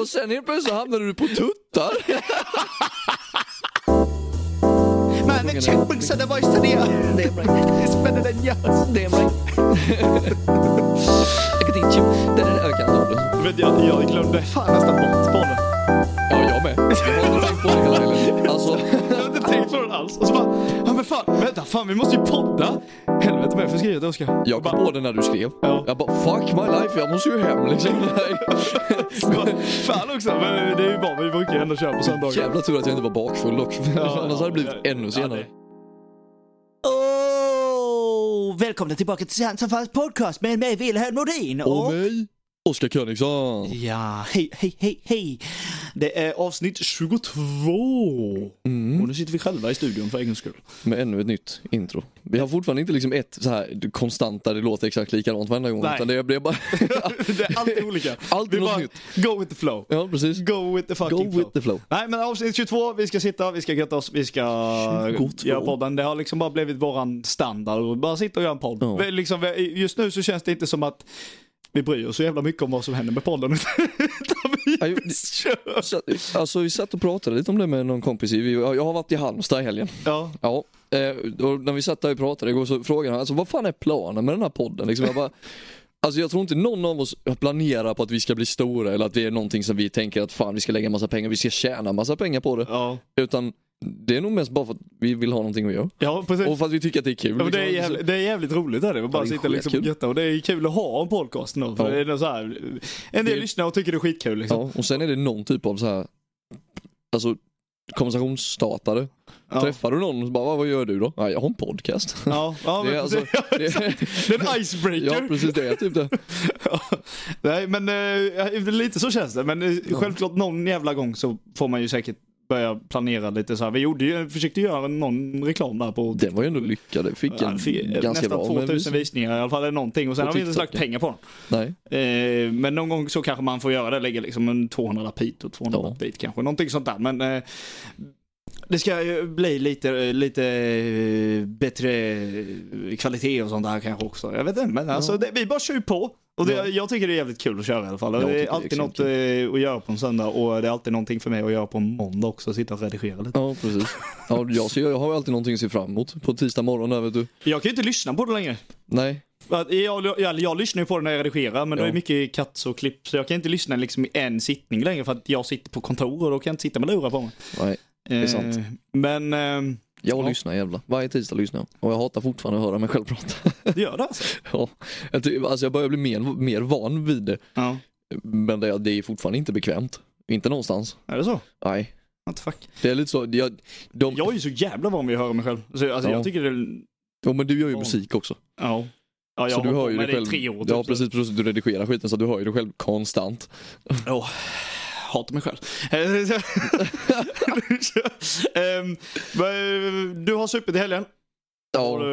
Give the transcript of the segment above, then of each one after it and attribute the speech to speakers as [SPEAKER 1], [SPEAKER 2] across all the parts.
[SPEAKER 1] Och sen helt plötsligt så hamnade du på tuttar.
[SPEAKER 2] Man, a checkbook said the voice to the It's better than yours.
[SPEAKER 1] Det är mig. Jag kan inte tjo- Det där ökar jag ordet.
[SPEAKER 3] Vet jag, jag glömde fan nästan bort bollen.
[SPEAKER 1] Ja, jag med. Jag har inte tänkt på det hela helgen. Alltså,
[SPEAKER 3] Jag hade inte tänkt på den alls. Och så bara, ja men fan, vänta, fan vi måste ju podda. Helvete med, för skriva det Oskar.
[SPEAKER 1] jag kom på det när du skrev.
[SPEAKER 3] Ja.
[SPEAKER 1] Jag bara, fuck my life, jag måste ju hem liksom.
[SPEAKER 3] Så bara, Fan också, men det är ju bara, vi brukar ju ändå köra på söndagar.
[SPEAKER 1] Jävla tur att jag inte var bakfull dock.
[SPEAKER 3] Ja,
[SPEAKER 1] Annars hade det blivit
[SPEAKER 3] ja,
[SPEAKER 1] ännu
[SPEAKER 3] ja,
[SPEAKER 1] senare.
[SPEAKER 2] Oh, välkomna tillbaka till Sands och Falls podcast med mig Wilhelm Nordin
[SPEAKER 1] Och mig, Oskar Königsson.
[SPEAKER 2] Ja, hej, hej, hej, hej. Det är avsnitt 22.
[SPEAKER 3] Mm.
[SPEAKER 2] Och nu sitter vi själva i studion för egen skull.
[SPEAKER 1] Med ännu ett nytt intro. Vi har fortfarande inte liksom ett så här konstant där det låter exakt likadant varenda gång.
[SPEAKER 3] Nej.
[SPEAKER 1] Utan det blir bara...
[SPEAKER 3] det är alltid olika.
[SPEAKER 1] Alltid
[SPEAKER 3] vi
[SPEAKER 1] något
[SPEAKER 3] bara,
[SPEAKER 1] nytt.
[SPEAKER 3] go with the flow.
[SPEAKER 1] ja, typ precis.
[SPEAKER 3] Go with the fucking
[SPEAKER 1] Go
[SPEAKER 3] flow.
[SPEAKER 1] with the flow.
[SPEAKER 3] Nej men avsnitt 22, vi ska sitta, vi ska götta oss, vi ska
[SPEAKER 1] 22.
[SPEAKER 3] göra podden. Det har liksom bara blivit våran standard, och bara sitta och göra en podd.
[SPEAKER 1] Ja.
[SPEAKER 3] Vi, liksom, vi- just nu så känns det inte som att vi bryr oss så jävla mycket om vad som händer med podden. Utan vi
[SPEAKER 1] Aj,
[SPEAKER 3] kör.
[SPEAKER 1] Så, alltså vi satt och pratade lite om det med någon kompis. Vi- Jag jag har varit i Halmstad i helgen.
[SPEAKER 3] Ja,
[SPEAKER 1] Ja, eh, och när vi satt där och pratade igår så frågade han alltså, vad fan är planen med den här podden? Liksom, jag bara, alltså jag tror inte någon av oss planerar på att vi ska bli stora eller att det är någonting som vi tänker att fan vi ska lägga massa pengar, vi ska tjäna massa pengar på det.
[SPEAKER 3] ja.
[SPEAKER 1] Utan det är nog mest bara för att vi vill ha någonting att göra.
[SPEAKER 3] ja precis.
[SPEAKER 1] Och för att vi tycker att det är kul.
[SPEAKER 3] Ja, men det, är
[SPEAKER 1] liksom.
[SPEAKER 3] jävligt, det är jävligt roligt är det, att bara
[SPEAKER 1] Ja, det är
[SPEAKER 3] sitta liksom och
[SPEAKER 1] skitkul.
[SPEAKER 3] götta. Och det är kul att ha en podcast nu. För
[SPEAKER 1] Ja.
[SPEAKER 3] det är så här, en del
[SPEAKER 1] Det-
[SPEAKER 3] lyssnar och tycker det är skitkul liksom.
[SPEAKER 1] ja, och sen är det någon typ av så här, alltså konversationsstartare.
[SPEAKER 3] Ja.
[SPEAKER 1] Träffar du någon och bara, vad vad gör du då? Ja, jag har en podcast.
[SPEAKER 3] Ja, ja
[SPEAKER 1] Det är
[SPEAKER 3] men
[SPEAKER 1] alltså,
[SPEAKER 3] precis.
[SPEAKER 1] det,
[SPEAKER 3] det är en icebreaker.
[SPEAKER 1] ja precis det är typ det.
[SPEAKER 3] Ja. Nej, men eh, lite så känns det. Men eh, självklart någon jävla gång så får man ju säkert börja planera lite så här. Vi gjorde ju, försökte göra någon reklam där på
[SPEAKER 1] Den var ju ändå lyckad, den fick
[SPEAKER 3] Ja,
[SPEAKER 1] en
[SPEAKER 3] fick-
[SPEAKER 1] ganska
[SPEAKER 3] nästan
[SPEAKER 1] bra. men
[SPEAKER 3] 2000 visningar i alla fall eller någonting och sen
[SPEAKER 1] På
[SPEAKER 3] har vi inte
[SPEAKER 1] TikTok,
[SPEAKER 3] slagit pengar på den.
[SPEAKER 1] Nej,
[SPEAKER 3] Eh, men någon gång så kanske man får göra det, lägga liksom en 200 pit och 200
[SPEAKER 1] Ja.
[SPEAKER 3] bit kanske, någonting sånt där. Men eh, det ska ju bli lite, lite eh, bättre eh, kvalitet och sånt där kanske också. Jag vet inte, men alltså det, vi bara kör på. Och det,
[SPEAKER 1] Ja.
[SPEAKER 3] jag tycker det är jävligt kul att köra i alla fall.
[SPEAKER 1] Jag
[SPEAKER 3] det
[SPEAKER 1] tycker
[SPEAKER 3] är
[SPEAKER 1] det är
[SPEAKER 3] alltid något
[SPEAKER 1] extremt
[SPEAKER 3] eh, att göra på en söndag och det är alltid någonting för mig att göra på en måndag också, sitta och redigera lite.
[SPEAKER 1] ja precis. Ja, jag, ser, jag har ju alltid någonting att se fram emot på tisdag morgon där vet du.
[SPEAKER 3] Jag kan ju inte lyssna på det längre.
[SPEAKER 1] Nej,
[SPEAKER 3] För att Jag, jag, jag lyssnar ju på det när jag redigerar men det
[SPEAKER 1] Ja.
[SPEAKER 3] är mycket katt och klipp så jag kan inte lyssna liksom i en sittning längre för att jag sitter på kontor och då kan jag inte sitta med lurar på mig.
[SPEAKER 1] nej. är sant.
[SPEAKER 3] Eh, men eh,
[SPEAKER 1] Jag
[SPEAKER 3] Ja.
[SPEAKER 1] lyssnar jävla. Varje tisdag lyssnar jag. Och jag hatar fortfarande att höra mig själv prata.
[SPEAKER 3] det gör det alltså.
[SPEAKER 1] ja. jag, ty- alltså, jag börjar bli mer, mer van vid det.
[SPEAKER 3] Ja.
[SPEAKER 1] Men det, det är fortfarande inte bekvämt. Inte någonstans.
[SPEAKER 3] Är det så?
[SPEAKER 1] Nej.
[SPEAKER 3] What the fuck?
[SPEAKER 1] Det är lite så, jag, de,
[SPEAKER 3] Jag är ju så jävla van vid att höra mig själv. Så, alltså,
[SPEAKER 1] Ja.
[SPEAKER 3] Jag tycker det...
[SPEAKER 1] Jo, men du gör ju musik också.
[SPEAKER 3] Ja. ja jag
[SPEAKER 1] så du
[SPEAKER 3] har
[SPEAKER 1] hör
[SPEAKER 3] hållit
[SPEAKER 1] ju
[SPEAKER 3] på
[SPEAKER 1] dig
[SPEAKER 3] med det i
[SPEAKER 1] själv.
[SPEAKER 3] tre år.
[SPEAKER 1] ja
[SPEAKER 3] typ, så-
[SPEAKER 1] precis, precis, du redigerar skiten så du hör ju dig själv konstant.
[SPEAKER 3] Åh, hatar mig själv. Ehm, men, du har supit i helgen. Har,
[SPEAKER 1] Ja.
[SPEAKER 3] du,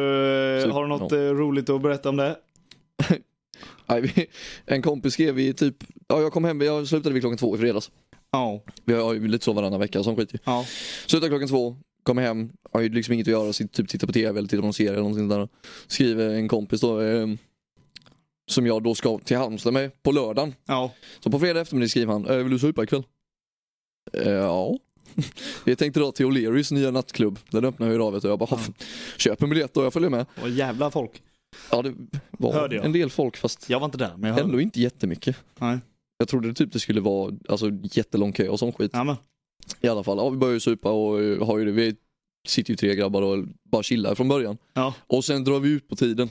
[SPEAKER 1] Sup-
[SPEAKER 3] har du något eh, roligt att berätta om det?
[SPEAKER 1] Nej, vi, en kompis skrev i typ, ja jag kom hem, jag slutade vid klockan två i fredags.
[SPEAKER 3] Ja.
[SPEAKER 1] Vi har ju lite så varannan vecka, som skit i.
[SPEAKER 3] ja.
[SPEAKER 1] Slutar klockan två, kommer hem, har ju liksom inget att göra, sitter, typ tittar på tv eller tittar på någon serie eller någonting där. Skriver en kompis då, ehm, som jag då ska till Halmstad med på lördagen.
[SPEAKER 3] Ja.
[SPEAKER 1] Så på fredag eftermiddag skriver han, "Eh, vill du supa ikväll? Eh, ja. Jag tänkte dra till O'Learys nya nattklubb, den öppnar ju idag vet du. Jag bara, "Hoff, köp en biljett och jag följer med.
[SPEAKER 3] Vad jävla folk.
[SPEAKER 1] Ja det var
[SPEAKER 3] Hörde jag.
[SPEAKER 1] en del folk fast
[SPEAKER 3] Jag var inte där, men jag hörde.
[SPEAKER 1] ändå inte jättemycket.
[SPEAKER 3] Nej.
[SPEAKER 1] Jag trodde typ det skulle vara alltså, jättelång kö och sån skit.
[SPEAKER 3] Ja, men.
[SPEAKER 1] I alla fall, ja, vi börjar ju supa och eh, har ju det. Vi sitter ju tre grabbar och bara chillar från början.
[SPEAKER 3] Ja.
[SPEAKER 1] Och sen drar vi ut på tiden.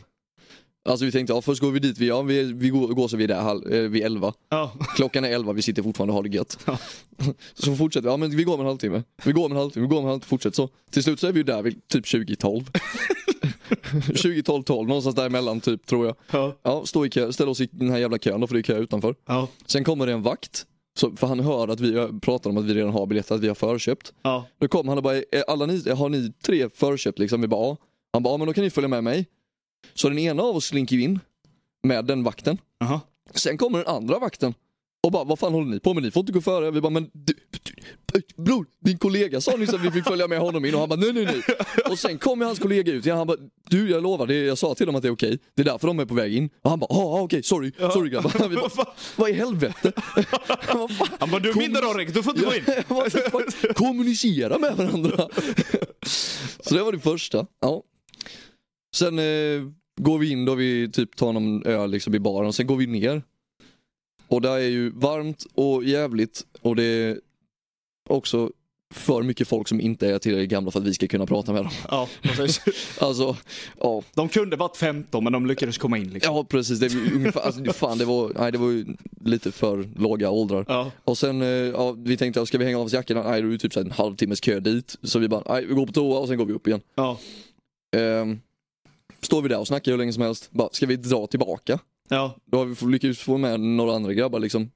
[SPEAKER 1] Alltså vi tänkte, ja först går vi dit, vi, ja, vi, vi går, går så vi är där halv, eh, vid elva.
[SPEAKER 3] Ja.
[SPEAKER 1] Klockan är elva, vi sitter fortfarande och har det gött.
[SPEAKER 3] Ja.
[SPEAKER 1] Så fortsätter vi, ja men vi går om en halvtimme. Vi går om en halvtimme, vi går om en halvtimme, fortsätter så. Till slut så är vi ju där vid typ 2012. 2012, 12, någonstans däremellan typ tror jag.
[SPEAKER 3] Ja.
[SPEAKER 1] Ja, stå i kö, ställ oss i den här jävla kön då för det är kö utanför.
[SPEAKER 3] Ja.
[SPEAKER 1] Sen kommer det en vakt, så, för han hör att vi eh, pratar om att vi redan har biljetter, att vi har förköpt.
[SPEAKER 3] Ja.
[SPEAKER 1] Då kom han och bara, "Är alla ni, har ni tre förköpt liksom? Vi bara, "Ja." Han bara, "Ja, men då kan ni följa med mig. Så den ena av oss slinker ju in med den vakten.
[SPEAKER 3] Jaha.
[SPEAKER 1] Sen kommer den andra vakten och bara, vad fan håller ni på med? Ni får inte gå före. Vi bara, men du, du, bror din kollega sa nyss att vi fick följa med honom in och han bara nej nej nej. Och sen kom ju hans kollega ut igen, han bara du jag lovar, det, jag sa till dem att det är okej. Det är därför de är på väg in. Och han bara ah ah, okej sorry, sorry grabbar. Vi bara, Vad i helvete? Vad fan?
[SPEAKER 3] Han bara, du är min
[SPEAKER 1] Kom-
[SPEAKER 3] Darek, du får inte gå in.
[SPEAKER 1] What the fuck? Kommunicera med varandra. Så det var det första. Ja. Sen eh, går vi in då, vi typ tar någon öl liksom i baren och sen går vi ner. Och där är ju varmt och jävligt och det är också för mycket folk som inte är tillräckligt gamla för att vi ska kunna prata med dem.
[SPEAKER 3] Ja, precis.
[SPEAKER 1] Alltså, ja,
[SPEAKER 3] De kunde varit 15 men de lyckades komma in liksom.
[SPEAKER 1] ja precis. Det, är ungefär, alltså, fan, det, var, nej, det var ju lite för låga åldrar.
[SPEAKER 3] Ja.
[SPEAKER 1] Och sen, eh, ja, vi tänkte, ja, ska vi hänga av oss jackorna? Nej, det är ju typ så här en halvtimmes kö dit. Så vi bara, nej, vi går på toa och sen går vi upp igen.
[SPEAKER 3] Ja.
[SPEAKER 1] Ehm, står vi där och snackar hur länge som helst. Bara, ska vi dra tillbaka?
[SPEAKER 3] Ja.
[SPEAKER 1] Då har vi få- lyckats få med några andra grabbar liksom,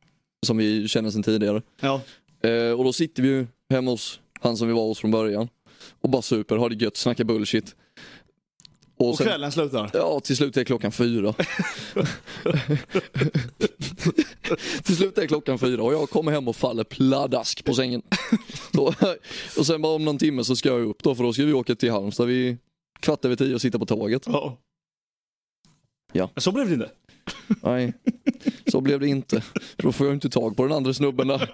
[SPEAKER 1] som vi känner sedan tidigare.
[SPEAKER 3] Ja.
[SPEAKER 1] Eh, och då sitter vi ju hemma hos han som vi var hos från början. Och bara super, har det gött, snackar bullshit.
[SPEAKER 3] Och kvällen slutar.
[SPEAKER 1] Ja, till slut är klockan fyra. till slut är klockan fyra och jag kommer hem och faller pladask på sängen. Så, och sen bara om någon timme så ska jag upp då för då ska vi åka till Halmstad vid kvart över tio och sitta på tåget.
[SPEAKER 3] Ja.
[SPEAKER 1] Ja.
[SPEAKER 3] Så blev det inte.
[SPEAKER 1] Nej, så blev det inte. För då får jag inte tag på den andra snubben där.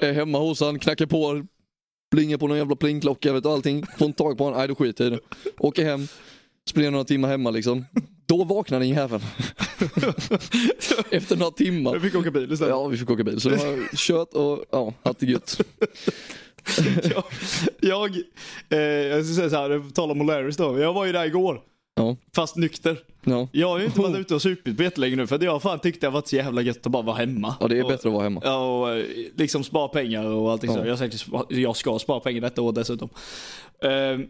[SPEAKER 1] Är hemma hos han, knackar på, plingar på någon jävla plingklocka vet du, allting. Får inte tag på honom, nej då skiter jag i det. Åker hem, spenderar några timmar hemma liksom. Då vaknar den jäveln. Efter några timmar.
[SPEAKER 3] Jag fick åka bil istället.
[SPEAKER 1] Ja, vi fick åka bil. Så det var kött och ja, hatt är gött.
[SPEAKER 3] jag, jag, eh, jag ska säga så här, på tal om O'Larrys då. Jag var ju där igår.
[SPEAKER 1] Ja.
[SPEAKER 3] Fast nykter.
[SPEAKER 1] Ja.
[SPEAKER 3] Jag har ju inte varit ute och supit på jättelänge nu för att jag har fan tyckte det har varit så jävla gött att bara vara hemma.
[SPEAKER 1] ja, det är
[SPEAKER 3] och,
[SPEAKER 1] bättre att vara hemma.
[SPEAKER 3] Ja, och eh, liksom spara pengar och allting
[SPEAKER 1] Ja.
[SPEAKER 3] så. Jag, säkert, spa- jag ska spara pengar detta år dessutom. Ehm,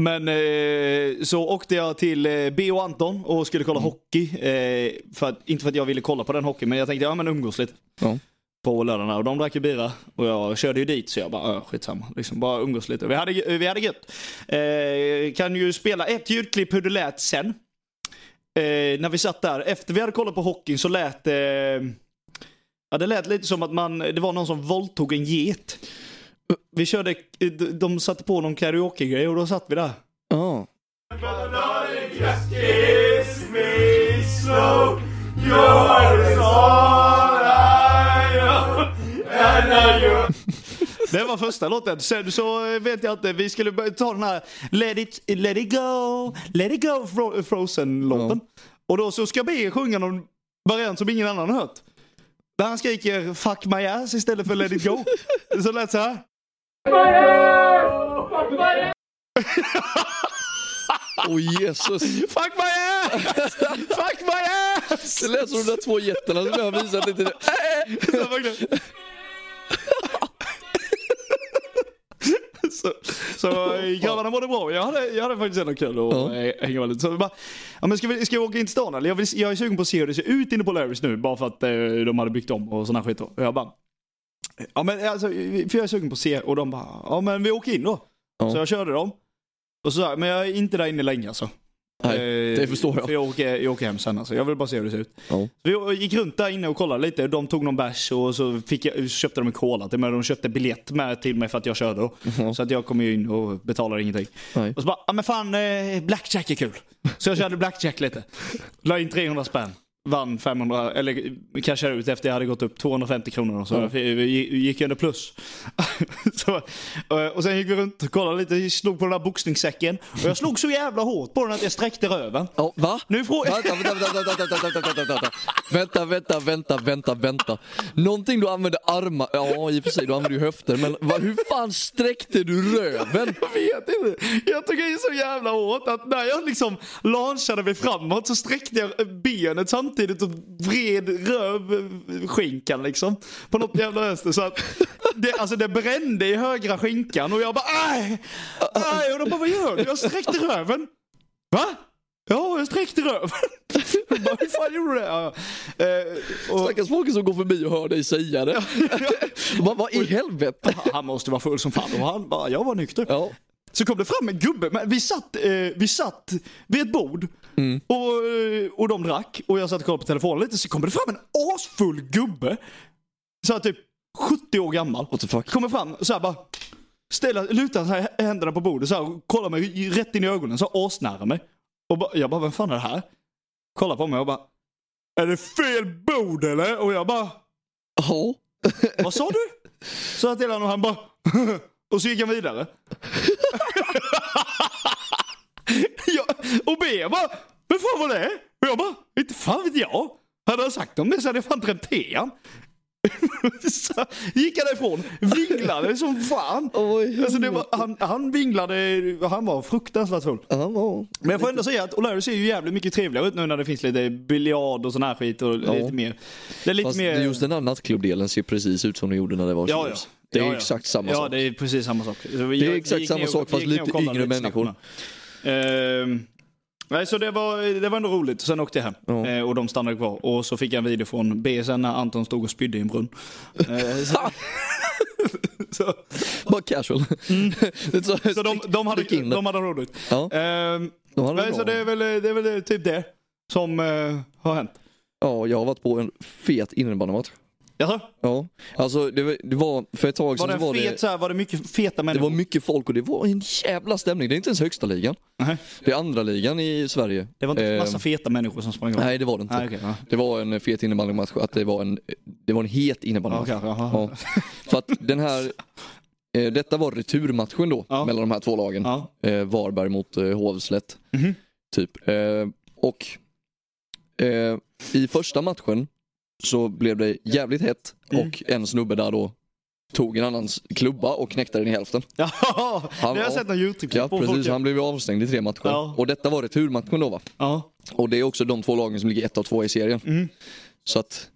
[SPEAKER 3] men eh, så åkte jag till eh, B och Anton och skulle
[SPEAKER 1] Mm.
[SPEAKER 3] kolla hockey. Eh, för att, inte för att jag ville kolla på den hockeyn, men jag tänkte ja men umgås lite.
[SPEAKER 1] Ja.
[SPEAKER 3] På lördagarna och de drack ju bira och jag körde ju dit så jag bara äh, skitsamma. Liksom bara umgås lite. Vi hade, vi hade gött. Eh, kan ju spela ett ljudklipp hur det lät sen. Eh, när vi satt där, efter vi hade kollat på hockeyn så lät eh, det... Ja, det lät lite som att man, det var någon som våldtog en get. Vi körde, de satte på någon karaokegrej och då satt vi där.
[SPEAKER 1] Ja.
[SPEAKER 3] Det var första låten. Sen så eh, vet jag inte, vi skulle börja ta den här Let it, let it go, let it go Fro- Frozen-låten. Och då så ska B sjunga någon variant som ingen annan har hört. Där han skriker 'Fuck my ass' istället för 'Let it go'. Så lät så här.
[SPEAKER 1] Åh Jesus.
[SPEAKER 3] Fuck my ass! Fuck my ass!
[SPEAKER 1] Det lät som de där två jättarna som jag har visat lite nu.
[SPEAKER 3] Så verkligen. Så, så grabbarna mådde bra. Jag hade, jag hade faktiskt ändå kul att
[SPEAKER 1] Ja.
[SPEAKER 3] eh, hänga med lite. Så vi bara, ja, men ska, vi, ska vi åka in till stan eller? Jag, vill, jag är sugen på att se hur det ser ut inne på Larrys nu. Bara för att eh, de hade byggt om och sådana skit. då. Och jag bara, ja men alltså, för jag är sugen på att se. Och de bara, ja men vi åker in då.
[SPEAKER 1] Ja.
[SPEAKER 3] Så jag körde dem. Och så, sa jag, men jag är inte där inne länge alltså.
[SPEAKER 1] Nej,
[SPEAKER 3] Eh,
[SPEAKER 1] det förstår jag.
[SPEAKER 3] För jag, åker, jag åker hem sen alltså. Jag vill bara se hur det ser ut.
[SPEAKER 1] Ja.
[SPEAKER 3] Så Vi gick runt där inne och kollade lite. De tog någon bärs och så fick jag, så köpte de en cola till mig. De köpte biljett med till mig för att jag körde då.
[SPEAKER 1] Mhm.
[SPEAKER 3] Så att jag kom ju in och betalade ingenting.
[SPEAKER 1] Nej.
[SPEAKER 3] Och så bara, ja men fan eh, blackjack är kul. Så jag körde blackjack lite. La in 300 spänn. Vann 500, eller cashade ut efter jag hade gått upp 250 kronor. Och så
[SPEAKER 1] Ja.
[SPEAKER 3] vi vi gick ju under plus. så, eh, och sen gick vi runt och kollade lite, slog på den där boxningssäcken. Och jag slog så jävla hårt på den att jag sträckte röven.
[SPEAKER 1] Ja, va?
[SPEAKER 3] Nu frågar
[SPEAKER 1] Vänta, vänta, vänta, vänta, vänta, vänta, vänta, vänta, vänta, vänta, vänta, vänta, vänta. Någonting du använde armar, ja i och för sig du använde ju höfter, men va, hur fan sträckte du röven?
[SPEAKER 3] Jag vet inte. Jag tog i så jävla hårt att när jag liksom launchade mig framåt så sträckte jag benet samtidigt och vred rövskinkan liksom. På något jävla vänster. Så att det, alltså det brände i högra skinkan och jag bara aj! Aj! Och de bara vad gör du? Jag sträckte röven. Va? Ja, jag sträckte röven. Jag bara, hur fan gjorde du det? Ja, ja. Eh, och-
[SPEAKER 1] Stackars folk som går förbi och hör dig säga det. Va, vad i helvete?
[SPEAKER 3] Han måste vara full som fan och han bara, jag var nykter.
[SPEAKER 1] Ja,
[SPEAKER 3] Så kom det fram en gubbe, men vi satt, eh, vi satt vid ett bord och, eh, och de drack och jag satt och kollade på telefonen lite så kom det fram en asfull gubbe. Så här typ 70 år gammal.
[SPEAKER 1] What the fuck?
[SPEAKER 3] Kommer fram så här bara. Ställer, lutar så här händerna på bordet så här, och kollar mig rätt in i ögonen. Så här asnära mig. Och bara, jag bara, vem fan är det här? Kollar på mig och bara. Är det fel bord eller? Och jag bara.
[SPEAKER 1] Ja.
[SPEAKER 3] Vad sa du? Så jag till honom och han bara... Och så gick han vidare. jag, och B bara... Vem fan var det? Och jag bara... Inte fan vet jag. Hade han sagt om det så hade jag fan drämt till han. så gick han ifrån. Vinglade som fan.
[SPEAKER 1] Oj.
[SPEAKER 3] Alltså det var, han, han vinglade, han var fruktansvärt full.
[SPEAKER 1] Han var...
[SPEAKER 3] Men jag får ändå säga att O'Leary ser ju jävligt mycket trevligare ut nu när det finns lite biljard och sån här skit och lite mer. Det är lite
[SPEAKER 1] Fast
[SPEAKER 3] mer...
[SPEAKER 1] just den här nattklubbdelen ser precis ut som den gjorde när det var
[SPEAKER 3] Ja,
[SPEAKER 1] Cheers.
[SPEAKER 3] ja.
[SPEAKER 1] Det är
[SPEAKER 3] Ja, ja.
[SPEAKER 1] exakt samma
[SPEAKER 3] Ja,
[SPEAKER 1] sak.
[SPEAKER 3] det är precis samma sak. Så vi-
[SPEAKER 1] är
[SPEAKER 3] jag- vi
[SPEAKER 1] exakt
[SPEAKER 3] gick
[SPEAKER 1] samma
[SPEAKER 3] ner och-
[SPEAKER 1] sak,
[SPEAKER 3] vi
[SPEAKER 1] fast
[SPEAKER 3] gick ner och
[SPEAKER 1] lite
[SPEAKER 3] kollade
[SPEAKER 1] yngre
[SPEAKER 3] snabbt
[SPEAKER 1] människor.
[SPEAKER 3] med. Ehm, Nej, så det var, det var ändå roligt. Sen åkte jag hem
[SPEAKER 1] Ja.
[SPEAKER 3] Eh, och de stannade kvar. Och så fick jag en video från BSN när Anton stod och spydde i en brunn. Eh, så, så,
[SPEAKER 1] Bara casual. Det är så,
[SPEAKER 3] Mm. så de, de, hade,
[SPEAKER 1] Stick in det.
[SPEAKER 3] de hade roligt.
[SPEAKER 1] Ja,
[SPEAKER 3] Ehm,
[SPEAKER 1] de hade
[SPEAKER 3] nej,
[SPEAKER 1] det
[SPEAKER 3] så
[SPEAKER 1] bra.
[SPEAKER 3] det är väl, det är väl typ det som eh, har hänt.
[SPEAKER 1] ja, jag har varit på en fet innebandymatch.
[SPEAKER 3] Jaså?
[SPEAKER 1] Ja, alltså det var, det var för ett tag
[SPEAKER 3] Var
[SPEAKER 1] sedan
[SPEAKER 3] det
[SPEAKER 1] så var
[SPEAKER 3] en fet
[SPEAKER 1] det,
[SPEAKER 3] så här, var det mycket
[SPEAKER 1] det
[SPEAKER 3] feta
[SPEAKER 1] var
[SPEAKER 3] människor?
[SPEAKER 1] mycket folk och det var en jävla stämning. Det är inte ens högsta ligan.
[SPEAKER 3] Nej.
[SPEAKER 1] Det är andra ligan i Sverige.
[SPEAKER 3] Det var inte
[SPEAKER 1] Ehm,
[SPEAKER 3] massa feta människor som sprang runt?
[SPEAKER 1] Nej Mm. det var det inte.
[SPEAKER 3] Nej, okej. ja.
[SPEAKER 1] Det var en fet innebandymatch, att det var en, det var en het
[SPEAKER 3] Ja,
[SPEAKER 1] innebandymatch.
[SPEAKER 3] okej, jaha.
[SPEAKER 1] Ja. För att den här, eh, detta var returmatchen då
[SPEAKER 3] Ja.
[SPEAKER 1] mellan de här två lagen.
[SPEAKER 3] Ja.
[SPEAKER 1] Eh, Varberg mot eh, Hovslätt.
[SPEAKER 3] Mhm.
[SPEAKER 1] Typ. Eh, och eh, i första matchen så blev det jävligt hett och en snubbe där då tog en annans klubba och knäckte den i hälften.
[SPEAKER 3] Jaha, det har
[SPEAKER 1] ja.
[SPEAKER 3] jag sett någon YouTube-klipp
[SPEAKER 1] Ja
[SPEAKER 3] på.
[SPEAKER 1] precis,
[SPEAKER 3] folk.
[SPEAKER 1] han blev ju avstängd i tre matcher.
[SPEAKER 3] Ja.
[SPEAKER 1] Och detta var returmatchen då va?
[SPEAKER 3] Ja.
[SPEAKER 1] Och det är också de två lagen som ligger ett och två i serien.
[SPEAKER 3] Mm.
[SPEAKER 1] Så att,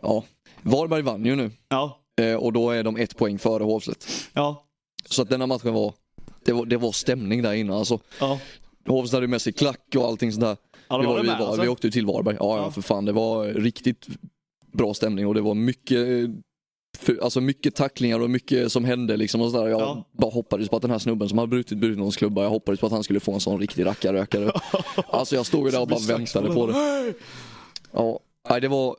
[SPEAKER 1] ja. Varberg vann ju nu
[SPEAKER 3] Ja.
[SPEAKER 1] eh, och då är de ett poäng före Hovslätt.
[SPEAKER 3] Ja.
[SPEAKER 1] Så att denna matchen var, det var, det var stämning där inne alltså.
[SPEAKER 3] Ja.
[SPEAKER 1] Hovslätt hade ju med sig klack och allting sånt där.
[SPEAKER 3] Ja, det
[SPEAKER 1] vi,
[SPEAKER 3] var
[SPEAKER 1] var,
[SPEAKER 3] det
[SPEAKER 1] vi,
[SPEAKER 3] med,
[SPEAKER 1] var,
[SPEAKER 3] alltså.
[SPEAKER 1] vi åkte ju till Varberg. Ja, ja,
[SPEAKER 3] Ja.
[SPEAKER 1] för fan. Det var riktigt bra stämning och det var mycket eh, för, alltså mycket tacklingar och mycket som hände. Liksom och sådär. Jag
[SPEAKER 3] Ja.
[SPEAKER 1] bara hoppades på att den här snubben som hade brutit, brutit någons klubba, jag hoppades på att han skulle få en sån riktig rackarrökare. alltså jag stod ju där och bara väntade på det. Ja, nej, det, var,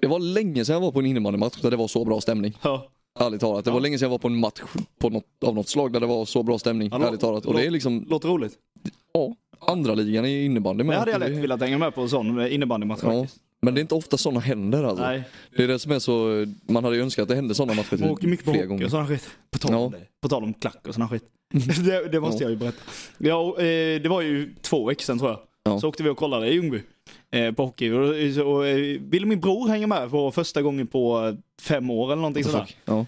[SPEAKER 1] det var länge sedan jag var på en innebandymatch där det var så bra stämning.
[SPEAKER 3] Ja.
[SPEAKER 1] Ärligt talat. Det var länge sedan jag var på en match på något, av något slag där det var så bra stämning.
[SPEAKER 3] Ja, lå-
[SPEAKER 1] ärligt talat. Och det är liksom
[SPEAKER 3] Låter roligt.
[SPEAKER 1] ja, andra ligan i innebandy. men
[SPEAKER 3] Det hade jag
[SPEAKER 1] det-
[SPEAKER 3] lätt velat hänga med på en sån eh, innebandymatch
[SPEAKER 1] Ja,
[SPEAKER 3] faktiskt.
[SPEAKER 1] men det är inte ofta sådana händer alltså.
[SPEAKER 3] Nej,
[SPEAKER 1] Det är det som är så, man hade ju önskat att det hände sådana matcher
[SPEAKER 3] man åker mycket på
[SPEAKER 1] flera
[SPEAKER 3] hockey och
[SPEAKER 1] Mm. gånger.
[SPEAKER 3] sån här skit. På tal, om
[SPEAKER 1] Ja. Mm.
[SPEAKER 3] det. på tal om klack och sån här skit. det, det måste jag ju berätta. Ja, och, eh, det var ju två veckor sedan tror jag.
[SPEAKER 1] Ja.
[SPEAKER 3] Så åkte vi och kollade i Ljungby. Eh, på hockey. Och, och, och, eh, ville min bror hänga med för första gången på eh, fem år eller
[SPEAKER 1] Alltså,
[SPEAKER 3] någonting sådär.
[SPEAKER 1] Ja.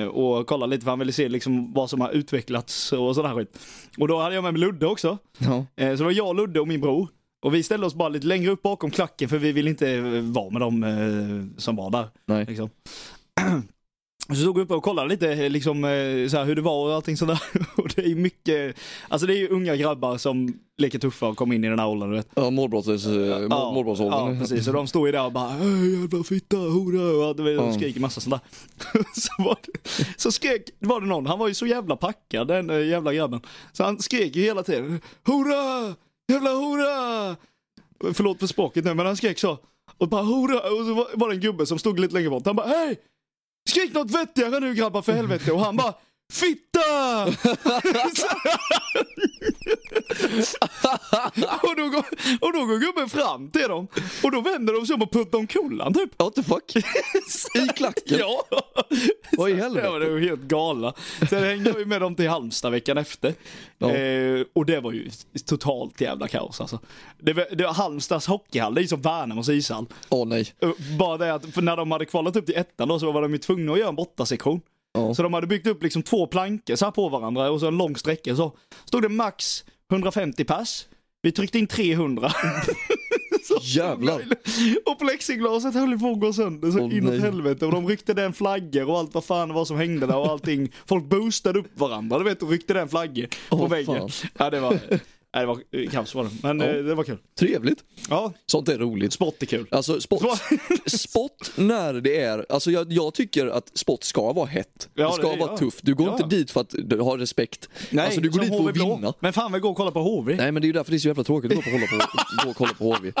[SPEAKER 3] Eh, och kolla lite för han ville se liksom vad som har utvecklats och sådär skit. Och då hade jag med mig Ludde också.
[SPEAKER 1] Ja.
[SPEAKER 3] Eh, så det var jag, Ludde och min bror. Och vi ställde oss bara lite längre upp bakom klacken för vi ville inte eh, vara med dem eh, som var där.
[SPEAKER 1] Nej.
[SPEAKER 3] Liksom. Så stod vi uppe och kollade lite eh, liksom, eh, så här, hur det var och allting sådär. Och det är ju mycket, alltså det är ju unga grabbar som leker tuffa och kommer in i den här åldern du vet.
[SPEAKER 1] Ja, målbrotts, ja,
[SPEAKER 3] Ja,
[SPEAKER 1] målbrottsåldern.
[SPEAKER 3] precis. Och de står ju där och bara "Hej, jävla fitta, hora och du vet, de
[SPEAKER 1] Ja.
[SPEAKER 3] skriker massa sånt där. så, var det, så skrek, var det någon, han var ju så jävla packad den eh, jävla grabben. Så han skrek ju hela tiden hora, jävla hora. Förlåt för språket nu men han skrek så. Och bara hora, och så var- var det en gubbe som stod lite längre bort. Han bara hej! Skrik något vettigare nu grabbar för helvete. Och han bara Fitta! och, då går, och då går gubben fram till dem och då vänder de sig om och puttar omkull han, typ.
[SPEAKER 1] What the fuck? I klacken?
[SPEAKER 3] Ja,
[SPEAKER 1] Vad i
[SPEAKER 3] ja
[SPEAKER 1] helvete?
[SPEAKER 3] det var helt galna. Sen hängde jag ju med dem till Halmstad veckan efter.
[SPEAKER 1] Ja.
[SPEAKER 3] Eh, och det var ju totalt jävla kaos alltså. Det var, det var Halmstads hockeyhall, det är ju som Värnamos ishall. Eh,
[SPEAKER 1] Åh nej.
[SPEAKER 3] Bara det att för när de hade kvalat upp till ettan då så var de ju tvungna att göra en bortasektion.
[SPEAKER 1] Ja.
[SPEAKER 3] Så de hade byggt upp liksom två plankor så här på varandra och så en lång sträcka så. Stod det max 150 pass. Vi tryckte in 300.
[SPEAKER 1] Jävlar.
[SPEAKER 3] Och plexiglaset höll på att gå sönder så
[SPEAKER 1] Åh,
[SPEAKER 3] inåt
[SPEAKER 1] nej.
[SPEAKER 3] helvete. Och de ryckte den flaggor och allt vad fan det var som hängde där och allting. Folk boostade upp varandra du vet och ryckte den flaggor på
[SPEAKER 1] Åh,
[SPEAKER 3] väggen.
[SPEAKER 1] fan.
[SPEAKER 3] Ja, det var... Nej, det var eh, kaos var det. Men
[SPEAKER 1] Ja.
[SPEAKER 3] eh, det var kul.
[SPEAKER 1] Trevligt.
[SPEAKER 3] Ja,
[SPEAKER 1] Sånt är roligt.
[SPEAKER 3] sport är kul.
[SPEAKER 1] Alltså spott, spott när det är, alltså jag, jag tycker att spott ska vara hett.
[SPEAKER 3] Ja,
[SPEAKER 1] det ska
[SPEAKER 3] det-
[SPEAKER 1] vara
[SPEAKER 3] ja.
[SPEAKER 1] tufft. Du går
[SPEAKER 3] Ja.
[SPEAKER 1] inte dit för att du har respekt. alltså du går dit
[SPEAKER 3] som
[SPEAKER 1] för att
[SPEAKER 3] HV Blå.
[SPEAKER 1] vinna.
[SPEAKER 3] Men fan, vi går och kollar på HV.
[SPEAKER 1] Nej men det är ju därför det är så jävla tråkigt att hålla på, gå och kolla på HV.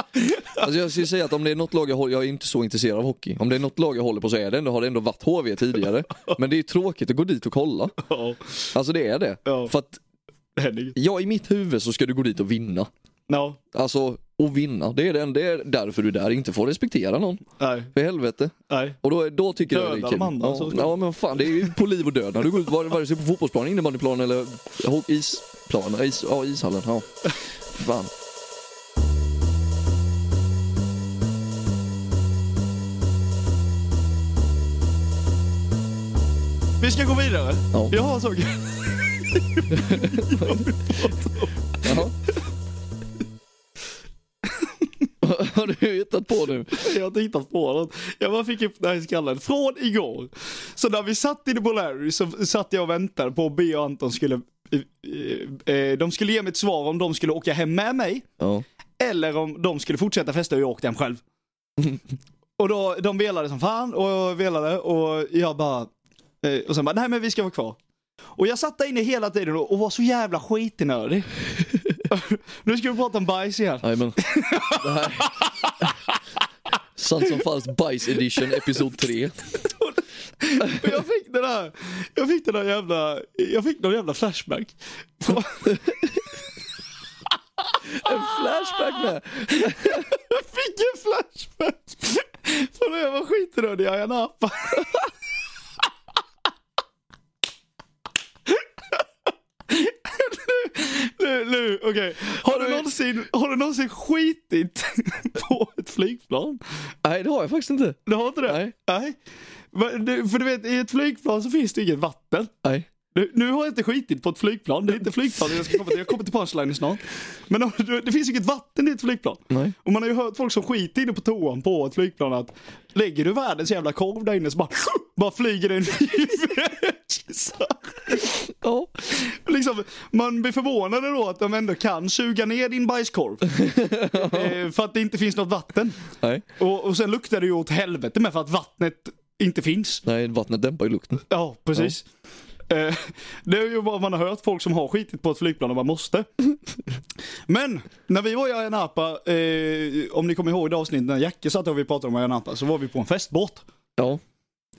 [SPEAKER 1] Alltså jag skulle säga att om det är något lag jag håller, jag är inte så intresserad av hockey. Om det är något lag jag håller på så är det ändå, har det ändå varit HV tidigare. Men det är ju tråkigt att gå dit och kolla.
[SPEAKER 3] Ja,
[SPEAKER 1] Alltså det är det.
[SPEAKER 3] Ja.
[SPEAKER 1] För att,
[SPEAKER 3] Henning.
[SPEAKER 1] ja i mitt huvud så ska du gå dit och vinna.
[SPEAKER 3] Ja,
[SPEAKER 1] Alltså, och vinna. Det är, den, det är därför du är där, inte får respektera någon.
[SPEAKER 3] nej,
[SPEAKER 1] För helvete.
[SPEAKER 3] nej.
[SPEAKER 1] Och då, då tycker jag det
[SPEAKER 3] Döda
[SPEAKER 1] är kul.
[SPEAKER 3] de andra,
[SPEAKER 1] ja,
[SPEAKER 3] så-
[SPEAKER 1] ja men fan det är ju på liv och död när du går ut vare vare sig på fotbollsplan, innebandyplan eller ho- isplan, is, ja ishallen. Ja. Fan.
[SPEAKER 3] Vi ska gå vidare.
[SPEAKER 1] Ja.
[SPEAKER 3] Jag har en sak.
[SPEAKER 1] Jaha. Har du hittat på nu?
[SPEAKER 3] Jag har inte hittat på något. Jag bara fick upp det här i skallen. Från igår. Så när vi satt i The Bolary så satt jag och väntade på att Bea och Anton skulle... eh, eh, De skulle ge mig ett svar om de skulle åka hem med mig.
[SPEAKER 1] Ja.
[SPEAKER 3] Eller om de skulle fortsätta festa och jag åkte hem själv. och då, de velade som fan och jag velade och jag bara... eh, Och sen bara, nej men vi ska vara kvar. Och jag satt där inne hela tiden och och var så jävla skitnödig. nu ska vi prata om bajs igen.
[SPEAKER 1] Jajamän. Det här... Sant som falskt bajs edition, episod 3.
[SPEAKER 3] Och jag fick den där, jag fick den där jävla, jag fick någon jävla flashback.
[SPEAKER 1] En flashback med!
[SPEAKER 3] Jag fick en flashback från när jag var skitrödig i Ayia Napa. Nu, nu, nu okej. Har, du någonsin- har du någonsin skitit på ett flygplan?
[SPEAKER 1] Nej det har jag faktiskt inte.
[SPEAKER 3] Du har inte det?
[SPEAKER 1] Nej.
[SPEAKER 3] Nej. Men du- För du vet, i ett flygplan så finns det inget vatten.
[SPEAKER 1] Nej.
[SPEAKER 3] Nu, nu har jag inte skitit på ett flygplan. Det är inte flygplan jag ska komma till. Jag kommer till punchline snart. Men om, du- det finns ju inget vatten i ett flygplan.
[SPEAKER 1] Nej.
[SPEAKER 3] Och man har ju hört folk som skiter inne på toan på ett flygplan att lägger du världens jävla korv där inne så bara, bara flyger den iväg. Så,
[SPEAKER 1] Ja.
[SPEAKER 3] liksom, man blir förvånad då att de ändå kan suga ner din bajskorv. eh, för att det inte finns något vatten.
[SPEAKER 1] Nej.
[SPEAKER 3] Och, och sen luktar det ju åt helvete med för att vattnet inte finns.
[SPEAKER 1] Nej, vattnet dämpar ju lukten.
[SPEAKER 3] Ja, precis. Eh, Det är ju vad man har hört folk som har skitit på ett flygplan och man måste. Men, när vi var i Ayia Napa, eh, om ni kommer ihåg det avsnittet när Jacke satt och vi pratade om Ayia Napa, så var vi på en festbåt.
[SPEAKER 1] Ja.